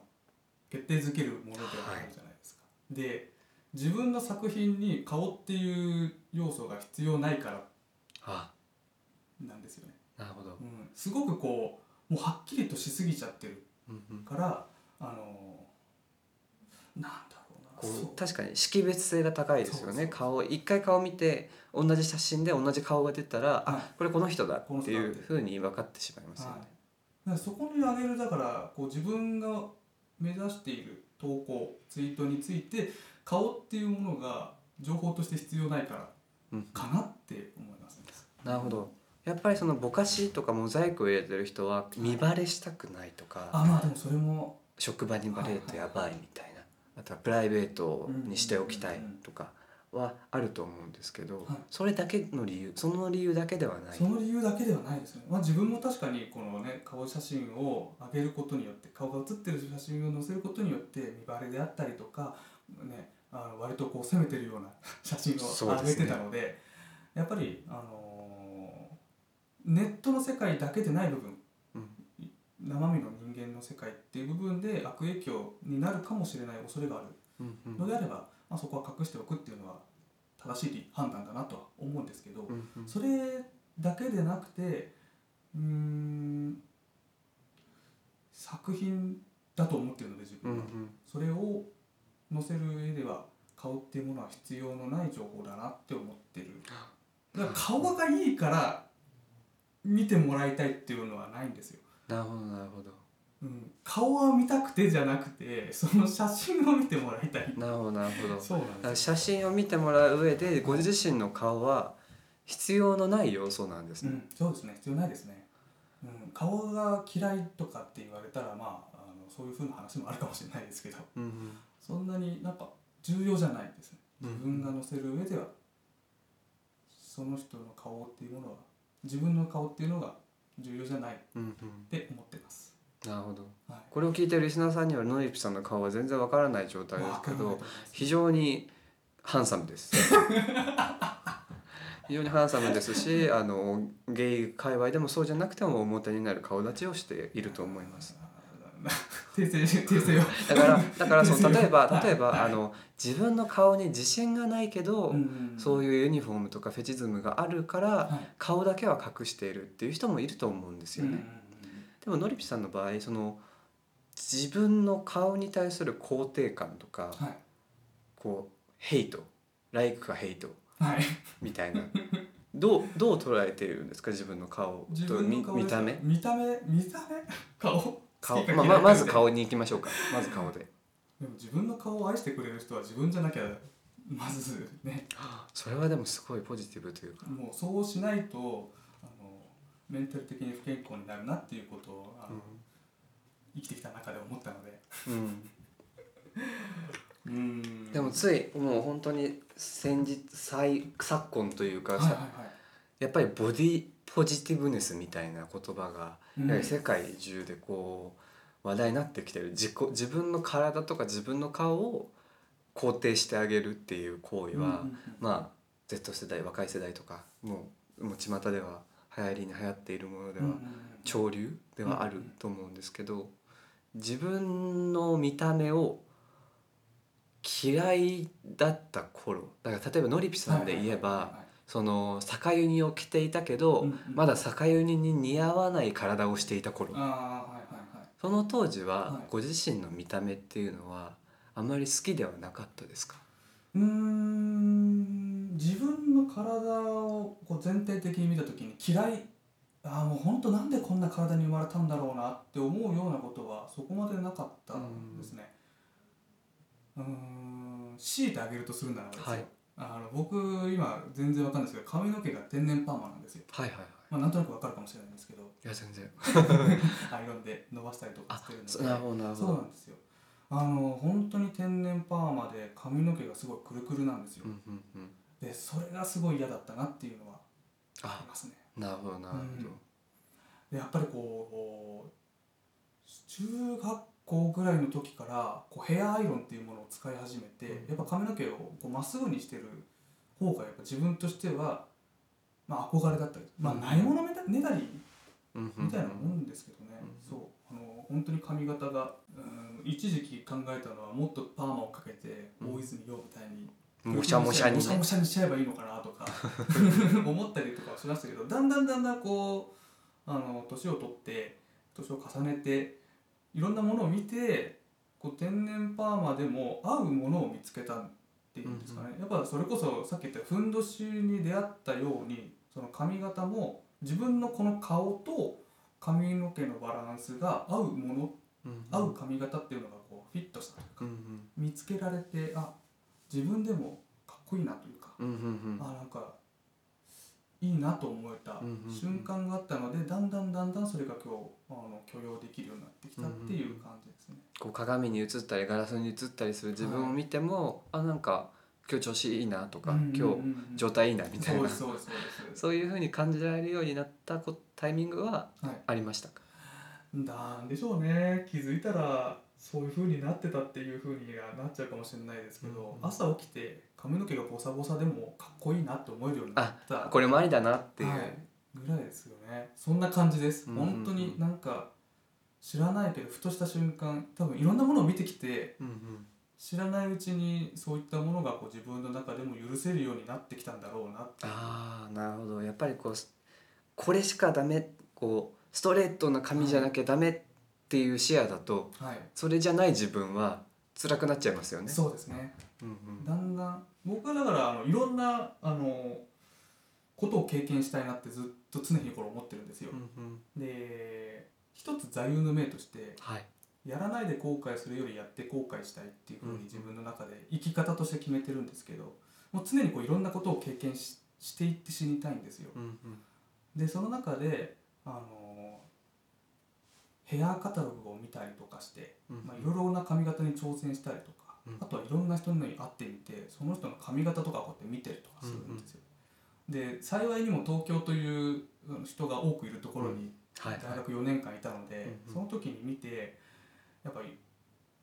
S2: 決定づけるものではあるじゃないですか。で自分の作品に顔っていう要素が必要ないから
S1: あ
S2: なんですよね。
S1: なるほど
S2: う、ん、すごくこうもうはっきりとしすぎちゃってる
S1: うんうん
S2: からあのなんだろうな
S1: こ
S2: そう
S1: う確かに識別性が高いですよ
S2: そうそ
S1: ね
S2: う
S1: 顔一回顔見て同じ写真で同じ顔が出たら、
S2: はい
S1: あこれこの人だ
S2: この
S1: って
S2: 人だ
S1: い
S2: っ
S1: う
S2: て
S1: ふうに分かってしまいますよね
S2: はい、だからそこに上げるだからこう自分が目指している投稿ツイートについて顔っていうものが情報として必要ないから
S1: うん
S2: かなって思いますね、
S1: なるほどやっぱりそのぼかしとかモザイクを入れてる人は見バレしたくないとか、
S2: あまあでもそれも
S1: 職場にバレるとやばいみたいなあとはプライベートにしておきたいとかはあると思うんですけど、
S2: はい
S1: それだけの理由その理由だけではない
S2: その理由だけではないですね、まあ、自分も確かにこのね顔写真を上げることによって顔が写ってる写真を載せることによって見バレであったりとか、ね、あの割とこう攻めてるような [LAUGHS] 写真
S1: そう
S2: を
S1: で
S2: 上げ
S1: すね
S2: てたのでやっぱり、あのーネットの世界だけでない部分
S1: うん
S2: 生身の人間の世界っていう部分で悪影響になるかもしれない恐れがある
S1: うんうん
S2: のであれば、まあ、そこは隠しておくっていうのは正しい判断だなとは思うんですけど、
S1: うんうん
S2: それだけでなくてうーん作品だと思ってるので自
S1: う
S2: 分
S1: ん
S2: は、
S1: うん
S2: それを載せる上では顔っていうものは必要のない情報だなって思ってるだから顔がいいから見てもらいたいっていうのはないんですよ、
S1: なるほどなるほど
S2: うん、顔は見たくてじゃなくてその写真を見てもらいたい
S1: なるほどなるほど
S2: そうなん
S1: だから
S2: です
S1: 写真を見てもらう上でご自身の顔は必要のない要素なんです
S2: う
S1: ね、
S2: ん、そうですね必要ないですね、うん、顔が嫌いとかって言われたらまああのそういうふうな話もあるかもしれないですけど
S1: うん
S2: そんなになんか重要じゃないですね
S1: うん
S2: 自分が載せる上ではその人の顔っていうものは自分の顔っていうのが重要じゃないっ
S1: うんうん、
S2: て思ってます。
S1: なるほど、
S2: はい
S1: これを聞いてるリスナーさんにはノリピさんの顔は全然わからない状態ですけど
S2: わかんないと思います
S1: 非常にハンサムです [LAUGHS] 非常にハンサムですしあのゲイ界隈でもそうじゃなくても表になる顔立ちをしていると思います
S2: 訂正し訂正を。
S1: だからだからその例えば例えば、
S2: はい
S1: あの自分の顔に自信がないけど、そう
S2: い
S1: いうユニフォームとかフェチズムがあるから、
S2: はい
S1: 顔だけは隠しているっていう人もいると思うんですよね、
S2: うんうん
S1: でものりぴさんの場合その自分の顔に対する肯定感とか、
S2: うんはい
S1: こうヘイトライクかヘイト
S2: はい。
S1: みたいなどうどう捉えているんですか自分の顔
S2: 自
S1: と
S2: 分の
S1: 見
S2: 顔
S1: 見
S2: です
S1: た
S2: か
S1: 目
S2: 見た目見た目顔
S1: 顔
S2: 好きか
S1: まあまあ
S2: 嫌いか
S1: まず顔に行きましょうかまず顔で
S2: でも自分の顔を愛してくれる人は自分じゃなきゃまずね
S1: それはでもすごいポジティブというか
S2: もうそうしないとあのメンタル的に不健康になるなっていうことをあの、生きてきた中で思ったので
S1: うん、うん
S2: うん
S1: でもついもう本当に先日最昨今というか、
S2: はいはい
S1: さ
S2: は
S1: やっぱりボディポジティブネスみたいな言葉が
S2: い、
S1: やはり世界中でこう話題になってきてる自己自分の体とか自分の顔を肯定してあげるっていう行為は、
S2: うんうんうん
S1: まあ Z 世代若い世代とかもうもう巷では流行りに流行っているものでは、
S2: うんうんうん
S1: 潮流ではあると思うんですけど自分の見た目を嫌いだった頃だから例えばのりぴさんで言えば、
S2: はいはいはい
S1: その酒ユニを着ていたけど、
S2: うんうん
S1: まだ酒ユニに似合わない体をしていた頃
S2: あーはいはいはい
S1: その当時
S2: は
S1: はいご自身の見た目っていうのはあまり好きではなかったですか
S2: うーん自分の体をこう全体的に見た時に嫌いああもう本当なんでこんな体に生まれたんだろうなって思うようなことはそこまでなかったんですねうーん強いてあげるとするならですよ、
S1: はい
S2: あの僕今全然わかんないですけど髪の毛が天然パーマなんですよ、
S1: はいはいはい
S2: まあ、なんとなくわかるかもしれないんですけど
S1: いや全然
S2: アイロンで伸ばしたりとか
S1: あ
S2: してるので
S1: そなるほどなるほ
S2: そうな
S1: ど
S2: んですよあの本当に天然パーマで髪の毛がすごいくるくるなんですよ、
S1: うんうんうん
S2: でそれがすごい嫌だったなっていうのはあ
S1: あ
S2: りますね
S1: なるほどなる
S2: でやっぱりこう中学校ぐらいの時からこうヘアアイロンっていうものを使い始めて、
S1: うん
S2: やっぱ髪の毛をこうまっすぐにしてる方がやっぱ自分としては、まあ、憧れだったり、まあ、
S1: うん
S2: ないものねだねだり
S1: ほどうんうん
S2: みたいなもんですけどね、
S1: うん
S2: そうあの本当に髪型が、うん、一時期考えたのはもっとパーマをかけて
S1: うん
S2: 大泉洋みたいに
S1: うんもしゃもしゃに
S2: もしゃ
S1: ね
S2: もしゃにしちゃえばいいのかなと
S1: [LAUGHS]
S2: か思ったりとかはしましたけどだんだんだんだんこうあの年を取って年を重ねていろんなものを見てこう天然パーマでも合うものを見つけたっていうんですかね、やっぱそれこそさっき言ったふんどしに出会ったようにその髪型も自分のこの顔と髪の毛のバランスが合うもの、合う髪型っていうのがこうフィットしたというか
S1: うんうん
S2: 見つけられてあ自分でもかっこいいなというか、
S1: うんうん
S2: あなんかいいなと思えた
S1: うんうんうん
S2: 瞬間があったので、だんだんだんだんそれが今日あの許容できるようになってきたっていう感じですね。
S1: こう鏡に映ったりガラスに映ったりする自分を見ても、あなんか今日調子いいなとか、今日
S2: 日
S1: 状態いいなみたい
S2: そ
S1: な
S2: うですそうですそうです。
S1: そういうふうに感じられるようになったこタイミングは
S2: はい
S1: ありましたか、
S2: なんでしょうね気づいたらそういう風になってたっていう風にはなっちゃうかもしれないですけど、
S1: うんうん
S2: 朝起きて髪の毛がボサボサでもかっこいいなって思えるようになった
S1: これもありだなっていう、
S2: はい、ぐらいですよねそんな感じです、
S1: うんうんうん
S2: 本当になんか知らないけどふとした瞬間多分いろんなものを見てきて
S1: うんうん
S2: 知らないうちにそういったものがこう自分の中でも許せるようになってきたんだろうなって
S1: ああなるほどやっぱりこうすこれしかダメこうストレートな髪じゃなきゃダメっていう視野だと
S2: はい、
S1: それじゃない自分は辛くなっちゃいますよね。
S2: そうですね
S1: うんうん
S2: だんだん僕はだからあのいろんなあのことを経験したいなってずっと常日頃思ってるんですよ
S1: う、んうん
S2: で一つ座右の銘として
S1: はい
S2: やらないで後悔するよりやって後悔したいっていうふう
S1: うん
S2: に自分の中で生き方として決めてるんですけどもう常にこういろんなことを経験ししていって死にたいんですよ
S1: うんうん
S2: でその中であのヘアカタログを見たりとかして、
S1: うん
S2: まあ、いろいろな髪型に挑戦したりとか、
S1: うん
S2: あとはいろんな人に会ってみてその人の髪型とかをこうやって見てるとかするんですよ、で幸いにも東京というあの人が多くいるところに
S1: はいはい
S2: 大学4年間いたので、
S1: うんうん
S2: その時に見てやっぱり、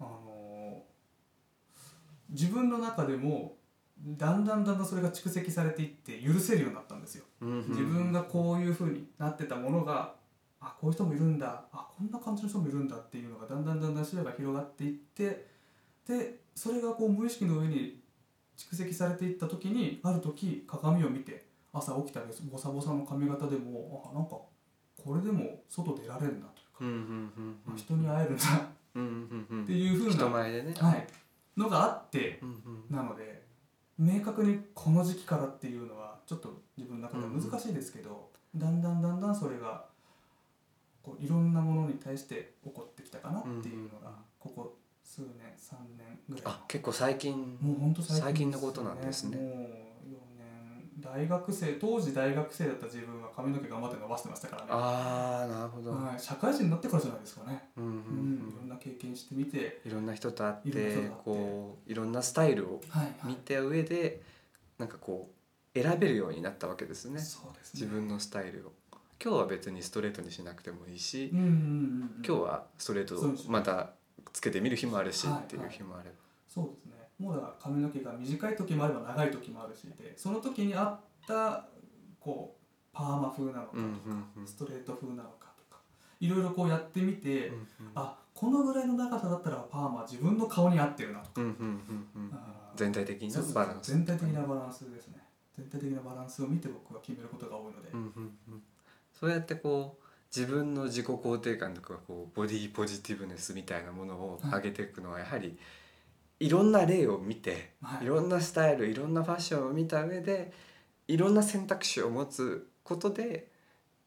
S2: あのー自分の中でもだんだんだんだんそれが蓄積されていって許せるようになったんですよ。自分
S1: が
S2: がこういう風になってたものがあこういう人もいるんだあこんな感じの人もいるんだっていうのがだんだんだんだん視野が広がっていってでそれがこう無意識の上に蓄積されていった時にある時鏡を見て朝起きたらボサボサの髪型でもあなんかこれでも外出られるなというか、あ人に会えるなっていう風
S1: 人
S2: な、
S1: 前でね、
S2: はい、のがあって
S1: うんうん
S2: なので明確にこの時期からっていうのはちょっと自分の中では難しいですけど、だんだんだんだんそれがこういろんなものに対して起こってきたかなっていうの
S1: うん
S2: がここ数年3年ぐらい
S1: あ結構最近
S2: のもうほんと
S1: 最近
S2: で
S1: の
S2: す
S1: ことなんですね
S2: もう4年大学生当時大学生だった自分は髪の毛頑張って伸ばしてましたからね、
S1: ああなるほど、
S2: はい、社会人になってからじゃないですかね、
S1: うんうんう
S2: うんいろん
S1: ん
S2: な経験してみて
S1: いろんな人と会って
S2: いろんな人と会って
S1: こういろんなスタイルを
S2: はい
S1: 見た上でなんかこう選べるようになったわけですね
S2: そうですね
S1: 自分のスタイルを今日は別にストレートにしなくてもいいし、
S2: うんうんうんうん
S1: 今日はストレート
S2: そう
S1: を
S2: ですね
S1: またつけてみる日もあるし
S2: はい
S1: っていう日もあれば、
S2: そうですねもうだから髪の毛が短い時もあれば長い時もあるしでその時に合ったこうパーマ風なのかと
S1: うんうん
S2: か、
S1: うん
S2: ストレート風なのかとかいろいろこうやってみて、
S1: うんうん
S2: あこのぐらいの長さだったらパーマは自分の顔に合ってるなとか、
S1: うんうんうんうん
S2: あー
S1: 全体的なバランス
S2: そうそう全体的なバランスですね全体的なバランスを見て僕は決めることが多いので、
S1: うんうんうんそうやってこう自分の自己肯定感とかこうボディポジティブネスみたいなものを上げていくのはやはりいろんな例を見て
S2: はい
S1: いろんなスタイルいろんなファッションを見た上でいろんな選択肢を持つことで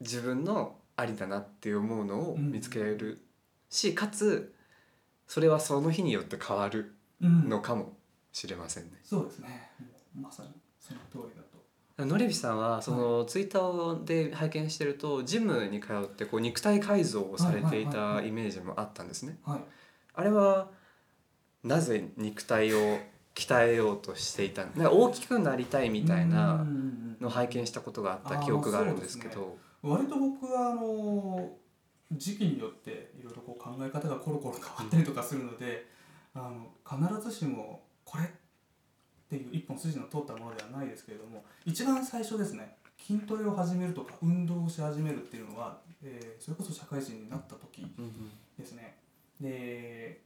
S1: 自分のありだなって思うのを見つけるし、かつそれはその日によって変わる
S2: うん
S1: のかもしれませんね。
S2: そうですねもうまさにその通りだと
S1: のれびさんはそのツイッターで拝見してるとジムに通ってこう肉体改造をされてい
S2: はいはいはい
S1: た
S2: はい
S1: イメージもあったんですね。
S2: はい
S1: あれはなぜ肉体を鍛えようとしていたのなんか大きくなりたいみたいな
S2: うんうんうん
S1: の拝見したことがあっ
S2: あ
S1: た
S2: ー
S1: 記憶があるんですけど
S2: 割と僕はあの時期によっていろいろこう考え方がコロコロ変わったりとかするので、あの必ずしもこれっていう一本筋の通ったものではないですけれども一番最初ですね筋トレを始めるとか運動をし始めるっていうのは、えーそれこそ社会人になった時
S1: うん
S2: ですね。で、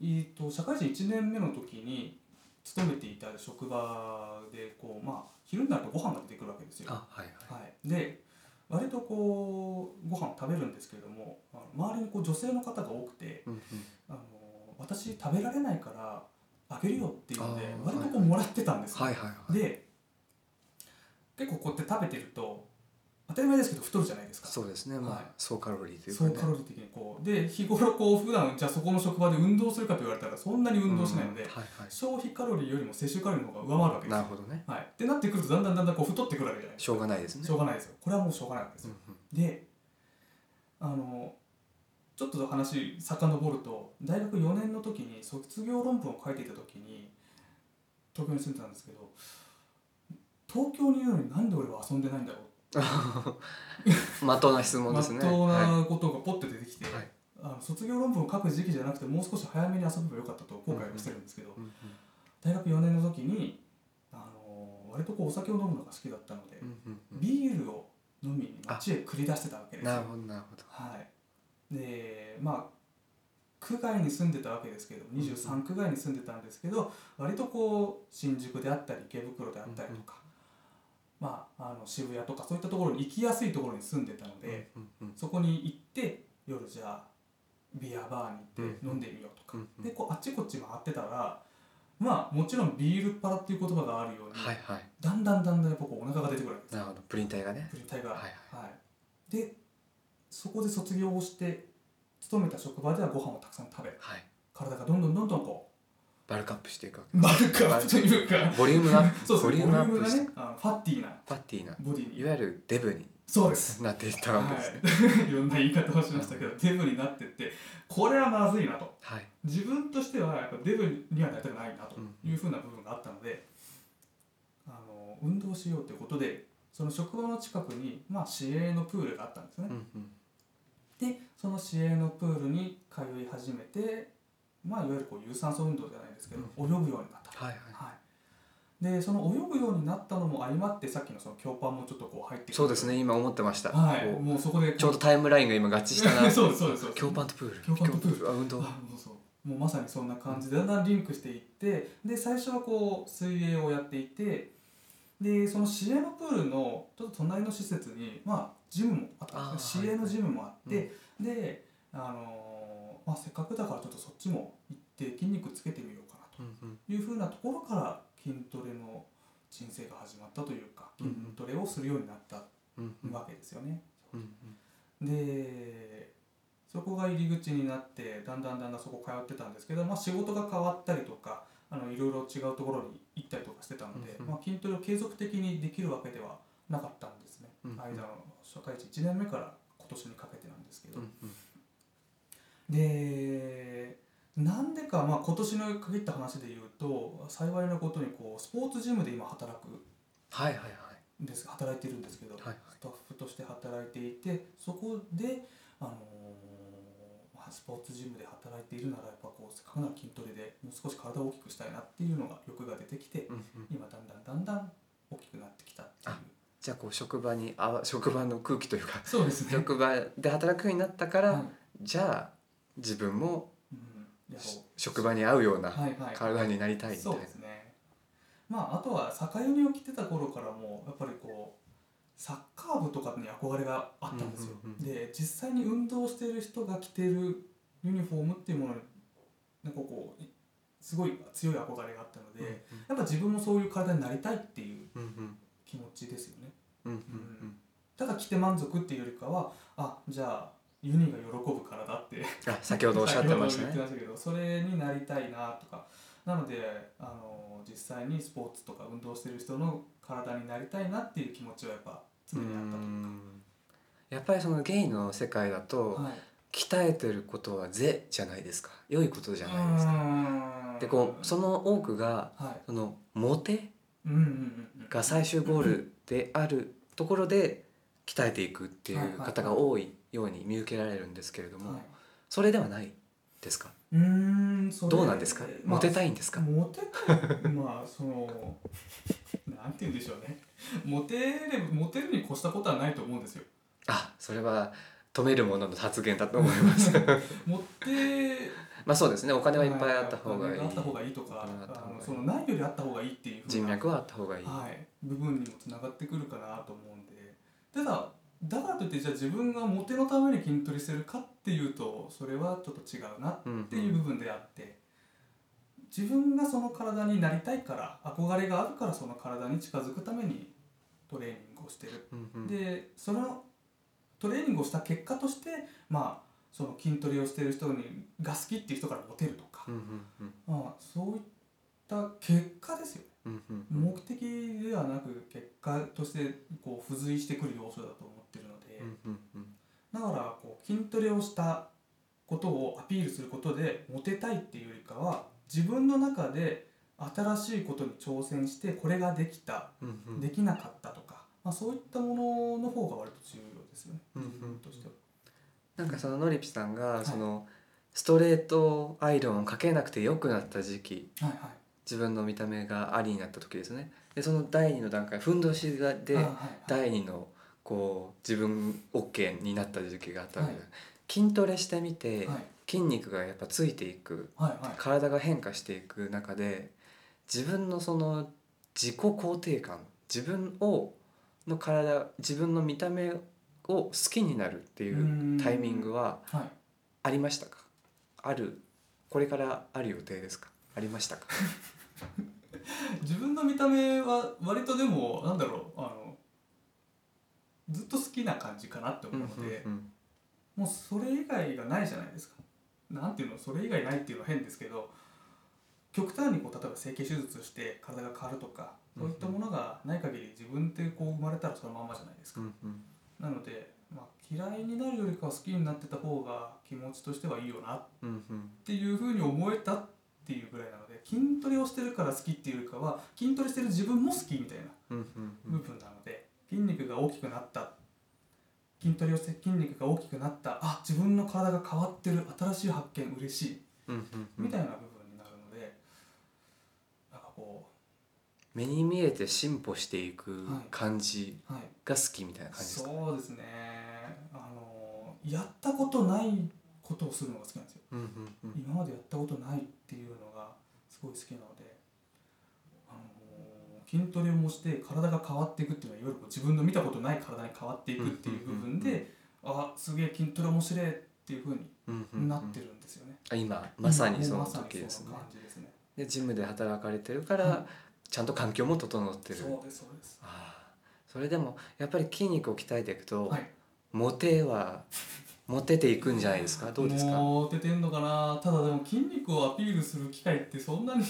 S2: えー、と社会人1年目の時に勤めていた職場でこう、まあ、昼になるとご飯が出てくるわけですよ。
S1: あはいはい
S2: はい、で割とこうご飯を食べるんですけれどもあの周りにこう女性の方が多くて
S1: うん
S2: あの私食べられないからあげるよっていうので
S1: あー
S2: 割とこうもらってたんですよ、
S1: はいはいはい
S2: で結構こうやって食べてると当たり前ですけど太るじゃないですか
S1: そうですねまあ、
S2: はい
S1: 総カロリーというか
S2: 総
S1: ね
S2: カロリー的にこうで日頃こう普段じゃあそこの職場で運動するかと言われたらそんなに運動しないので、
S1: うんはいは
S2: 消費カロリーよりも摂取カロリーの方が上回るわけ
S1: い、
S2: です
S1: なる
S2: よ
S1: ほどね
S2: はい、ってなってくるとだんだんだんだんこう太ってくるわけじゃないです
S1: しょうがないです
S2: か
S1: ね
S2: しょうがないですよこれはもうしょうがないわけですよ
S1: うんうん
S2: であのちょっと話遡ると大学4年の時に卒業論文を書いていた時に東京に住んでたんですけど東京にいるのになんで俺は遊んでないんだろう
S1: [LAUGHS] まっとうな質問ですね
S2: 真っ当
S1: は
S2: なことがポッて出てきて、
S1: いはい
S2: あの卒業論文を書く時期じゃなくてもう少し早めに遊べばよかったと後悔はしてるんですけど、
S1: うんうん
S2: 大学4年の時にあの割とこうお酒を飲むのが好きだったので、
S1: うんうんうん
S2: ビールを飲みに街へ繰り出してたわけですよ
S1: なるほどなるほど
S2: はい、でまあ区外に住んでたわけですけど23区外に住んでたんですけど割とこう新宿であったり池袋であったりとか、まあ、あの渋谷とかそういったところに行きやすいところに住んでたので、
S1: うんうん
S2: そこに行って夜じゃあビアバーに行って
S1: うん
S2: 飲んでみようとか、
S1: うん
S2: でこうあっちこっち回ってたらまあもちろんビールっ腹っていう言葉があるように、
S1: はいはい
S2: だんだんだんだんやっぱこうお腹が出てくるわけです
S1: なるほどプリン体がね
S2: プリン体が
S1: はいはい
S2: はい、でそこで卒業をして勤めた職場ではご飯をたくさん食べ
S1: はい
S2: 体がどんどんどんどんこ
S1: バルクアップしていくわ
S2: うバルクアップというか
S1: けボリュームアップ
S2: そうです
S1: ボ
S2: ね
S1: リュ
S2: ボ
S1: ームア
S2: リュー
S1: ッ
S2: ム
S1: プ
S2: が
S1: して
S2: ねあのファッティーな
S1: パッティーな
S2: ボディ
S1: い
S2: に
S1: わゆるデブに
S2: そうです
S1: なっていったわけですね
S2: はい、い [LAUGHS] ろんな言い方をしましたけどデブになってってこれはまずいなと
S1: はい
S2: 自分としてはやっぱデブにはなりたくないなと
S1: うん
S2: いうふうな部分があったので、あの運動しようということでその職場の近くに、まあ、市営のプールがあったんですよね
S1: う、んうん
S2: でその市営のプールに通い始めて、まあ、いわゆるこう有酸素運動じゃないですけど、泳ぐようになった、
S1: はいはい
S2: はい、でその泳ぐようになったのも相まってさっきのその強パンもちょっとこう入ってくる
S1: そうですね今思ってました、
S2: はい
S1: こ
S2: もうそこで
S1: うちょうどタイムラインが今合致したな
S2: [LAUGHS] そうですそうですそうです
S1: 強パンとプール
S2: 共感とプール
S1: 共感あ運動
S2: あそうそうもうまさにそんな感じでだんだんリンクしていってで最初はこう水泳をやっていてでその市営のプールのちょっと隣の施設に、まあ、ジムもあったんですね
S1: あー
S2: 市営の
S1: はい
S2: ジムもあって、で、あのーまあ、せっかくだからちょっとそっちも行って筋肉つけてみようかな
S1: うんうん
S2: というふうなところから筋トレの人生が始まったというか
S1: うんう
S2: 筋
S1: ん
S2: トレをするようになった
S1: うんうん
S2: わけですよね。
S1: うんうん
S2: でそこが入り口になってだんだんだんだんそこ通ってたんですけど、まあ、仕事が変わったりとかあのいろいろ違うところに行ったりとかしてたので、
S1: うんうん
S2: まあ、筋トレを継続的にできるわけではなかったんですね、
S1: うんうん
S2: 間の社会人1年目から今年にかけてなんですけど、
S1: うんうん
S2: でなんでか、まあ、今年の限った話で言うと幸いなことにこうスポーツジムで今働く
S1: はいはいはい
S2: んです働いてるんですけど、
S1: はいはい
S2: スタッフとして働いていてそこで、あのーまあスポーツジムで働いているならやっぱこうせっかくなら筋トレでもう少し体を大きくしたいなっていうのが欲が出てきて
S1: うんうん
S2: 今だんだんだんだん大きくなってきたっていう
S1: あじゃあこう職場にあわ職場の空気というか
S2: そうですね、
S1: 職場で働くようになったか
S2: は
S1: ら、
S2: い
S1: じゃあ自分も
S2: うん、や
S1: し
S2: ろ
S1: 職場に合うよう
S2: う
S1: な
S2: はいはい
S1: 体になりたいみたい
S2: そう
S1: な
S2: ですねまああとは酒寄りを着てた頃からもやっぱりこうサッカー部とかに憧れがあったんですよ、
S1: うんうんうん
S2: で実際に運動してる人が着てるユニフォームっていうものになんかこういすごい強い憧れがあったので、やっぱ自分もそういう体になりたいってい
S1: う
S2: う
S1: んうん
S2: 気持ちですよね
S1: うんうん
S2: ただ着て満足っていうよりかはあじゃあユニが喜ぶ体って
S1: うんあ先ほどおっしゃってました
S2: 先
S1: ね
S2: ほど言ってましたけどそれになりたいなとかなのであの実際にスポーツとか運動してる人の体になりたいなっていう気持ちはやっぱ
S1: う
S2: 常にあったというか
S1: んやっぱりそのゲイの世界だと
S2: はい
S1: 鍛えてることは是じゃないですか良いことじゃないです
S2: う
S1: か
S2: ーん
S1: でこうその多くが
S2: はい
S1: そのモテ
S2: うんうんうんうん
S1: が最終ゴールであるところで鍛えていくっていう方が多いように見受けられるんですけれども
S2: はい
S1: それではないですか
S2: うーんそれ
S1: どうなんですかモテ
S2: い
S1: たいんですか
S2: モテたいまあそのなんて言うんでしょうねモテれモテるに越したことはないと思うんですよ
S1: あそれは止めるものの発言だと思います
S2: [LAUGHS] モテ
S1: まあそうですねお金はいっぱいあった方がいい
S2: あった方がいいとか、
S1: お金はあった
S2: あ
S1: 方がい
S2: の
S1: い
S2: そのないよりあった方がいいっていう風
S1: 人
S2: な
S1: 脈はあった方がいい、
S2: はい、部分にもつながってくるかなと思うんでただだからといってじゃあ自分がモテのために筋トレしてるかっていうとそれはちょっと違うなっ
S1: うん
S2: ていう部分であって自分がその体になりたいから憧れがあるからその体に近づくためにトレーニングをしてる
S1: うんうん
S2: でそのトレーニングをした結果としてまあその筋トレをしてる人にが好きっていう人からモテるとか、
S1: うんうんうん
S2: まあ、そういった結果ですよね
S1: うんうんうん
S2: 目的ではなく結果としてこう付随してくる要素だと思ってるので、
S1: うんうんうん
S2: だからこう筋トレをしたことをアピールすることでモテたいっていうよりかは自分の中で新しいことに挑戦してこれができた
S1: うんうん
S2: できなかったとか、まあ、そういったものの方が割と重要ですよね、
S1: うんうん
S2: 自分としては。
S1: なんかそのノリピさん
S2: は
S1: が
S2: い
S1: そのストレートアイロンをかけなくて良くなった時期
S2: はいはい
S1: 自分の見た目がありになった時ですねでその第二の段階ふんどしがで
S2: あはいはい
S1: 第二のこう自分 OK になった時期があったわけで、
S2: は
S1: 筋トレしてみて
S2: はい
S1: 筋肉がやっぱついていく
S2: はいはい
S1: 体が変化していく中で自分のその自己肯定感自分をの体自分の見た目を好きになるっていうタイミングは
S2: はい
S1: ありましたかあるこれからある予定ですかありましたか
S2: 自分の見た目は割とでもなんだろうあのずっと好きな感じかなって思うので、
S1: うん
S2: もうそれ以外がないじゃないですかなんていうのそれ以外ないっていうのは変ですけど極端にこう例えば整形手術して体が変わるとかそういったものがない限り自分ってこう生まれたらそのまんまじゃないですか
S1: う、んうん
S2: なので、まあ、嫌いになるよりかは好きになってた方が気持ちとしてはいいよなっ
S1: うんうん
S2: ていうふうに思えたっていうぐらいなので筋トレをしてるから好きっていうよりかは筋トレしてる自分も好きみたいな
S1: うんうんうん
S2: 部分なので、筋肉が大きくなった筋トレをして筋肉が大きくなったあ自分の体が変わってる新しい発見嬉しい
S1: うんうんう
S2: み
S1: ん
S2: たいな部分になるのでなんかこ
S1: 目に見えて進歩していく
S2: はい
S1: 感じ
S2: うはい
S1: が好きみたいな感じですか、
S2: そうですねあのやったことないことをするのが好きなんですよ
S1: うんうんうん、
S2: 今までやったことないっていうのがすごい好きなので、あの筋トレをして体が変わっていくっていうのはいわゆるこう自分の見たことない体に変わっていくっていう部分
S1: うんうん
S2: で、あすげえ筋トレ面白いっていう風
S1: うんうんう
S2: に
S1: ん
S2: なってるんですよね、
S1: あ今まさにそ
S2: もう
S1: の
S2: まさ
S1: 時ですね
S2: その感じですね
S1: でジムで働かれてるから、
S2: はい
S1: ちゃんと環境も整ってる
S2: そうですそうです
S1: ああそれでもやっぱり筋肉を鍛えていくと、
S2: はい
S1: モテはモテていくんじゃないですかどうですか
S2: もう出てんのかなただでも筋肉をアピールする機会ってそんなに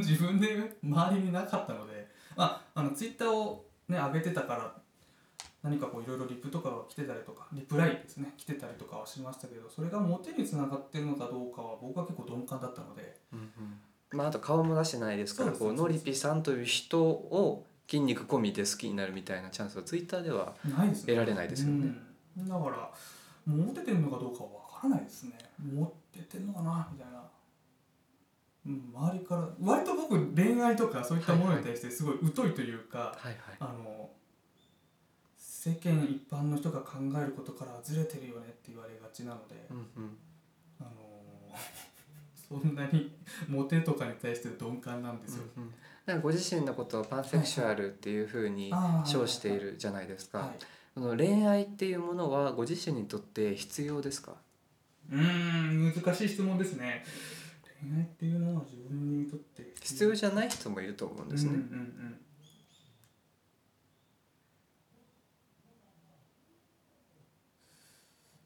S2: 自分で周りになかったので [LAUGHS] まああのツイッターをね上げてたから何かこういろいろリプとかが来てたりとかリプライですね来てたりとかはしましたけどそれがモテにつながってるのかどうかは僕は結構鈍感だったので
S1: うんうんまああと顔も出してないですから
S2: そう
S1: こ
S2: で
S1: う
S2: す
S1: ノリピさんという人を筋肉込みで好きになるみたいなチャンスはツイッターでは
S2: ないです
S1: 得られないですよね、
S2: うん、だからモテてるのかどうかは分からないですねモテてるのかなみたいな、うん、周りから割と僕恋愛とかそういったものに対してすごい疎いというか、
S1: はいはい
S2: あの世間一般の人が考えることからずれてるよねって言われがちなので、
S1: うんうん
S2: あのそんなにモテとかに対して鈍感なんですよ、
S1: うんうんなんかご自身のことをパンセクシュアルっていうふうに
S2: あー
S1: 称しているじゃないですか、
S2: はい
S1: その恋愛っていうものはご自身にとって必要ですか
S2: うーん難しい質問ですね恋愛っていうのは自分にとって
S1: 必要じゃない人もいると思うんですね、
S2: うんうんうん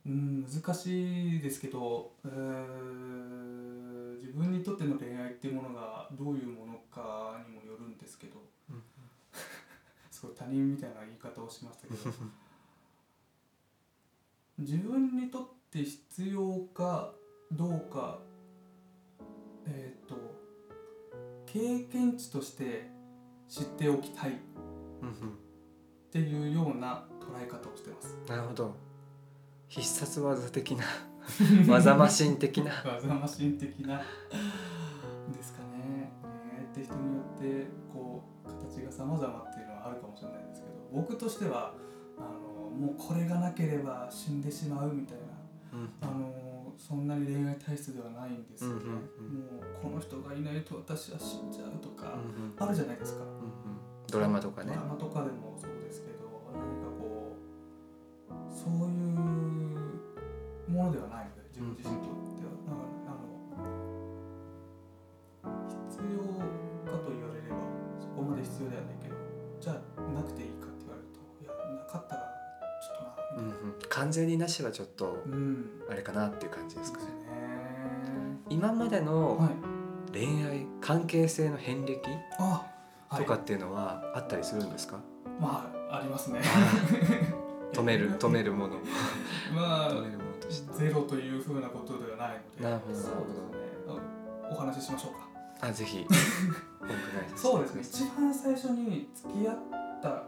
S2: うん、難しいですけど、えー自分にとっての恋愛っていうものがどういうものかにもよるんですけど、
S1: うんうん
S2: [LAUGHS] すごい他人みたいな言い方をしましたけど自分にとって必要かどうかえっ、と経験値として知っておきたいっ
S1: うん
S2: ていうような捉え方をしてます。
S1: うんなるほど必殺技的な [LAUGHS] 技マシン的な
S2: わざましん的なですかね恋愛って人によってこう形が様々っていうのはあるかもしれないですけど僕としてはあのもうこれがなければ死んでしまうみたい
S1: うん
S2: なあのそんなに恋愛体質ではないんですよね、
S1: うんうん
S2: もうこの人がいないと私は死んじゃうとか
S1: うんうん
S2: あるじゃないですか、
S1: うんうんドラマとかね
S2: ドラマとかでもそうですけど何かこうそういうものではないので自分自身にとっては、だからあの必要かと言われればそこまで必要ではないけどじゃあなくていいかって言われるといやなかったらちょっと
S1: う
S2: なみ
S1: んう
S2: たい
S1: ん完全になしはちょっと
S2: なうん
S1: あれかなっていう感じで
S2: ですす
S1: か
S2: ね
S1: ね今まで
S2: は
S1: の
S2: い
S1: 恋愛関係性の遍歴
S2: あは
S1: と
S2: い
S1: かっていうのはあったりするんですか
S2: まあありますね
S1: 止め
S2: [LAUGHS]
S1: る止めるもの
S2: まあ
S1: 止めるものとして
S2: ゼロというふうなことではないので
S1: なるほど
S2: そうですねあお話ししましょうか
S1: あぜひお伺いさせて
S2: そうです
S1: くだ
S2: ね
S1: さい
S2: 一番最初に付き合った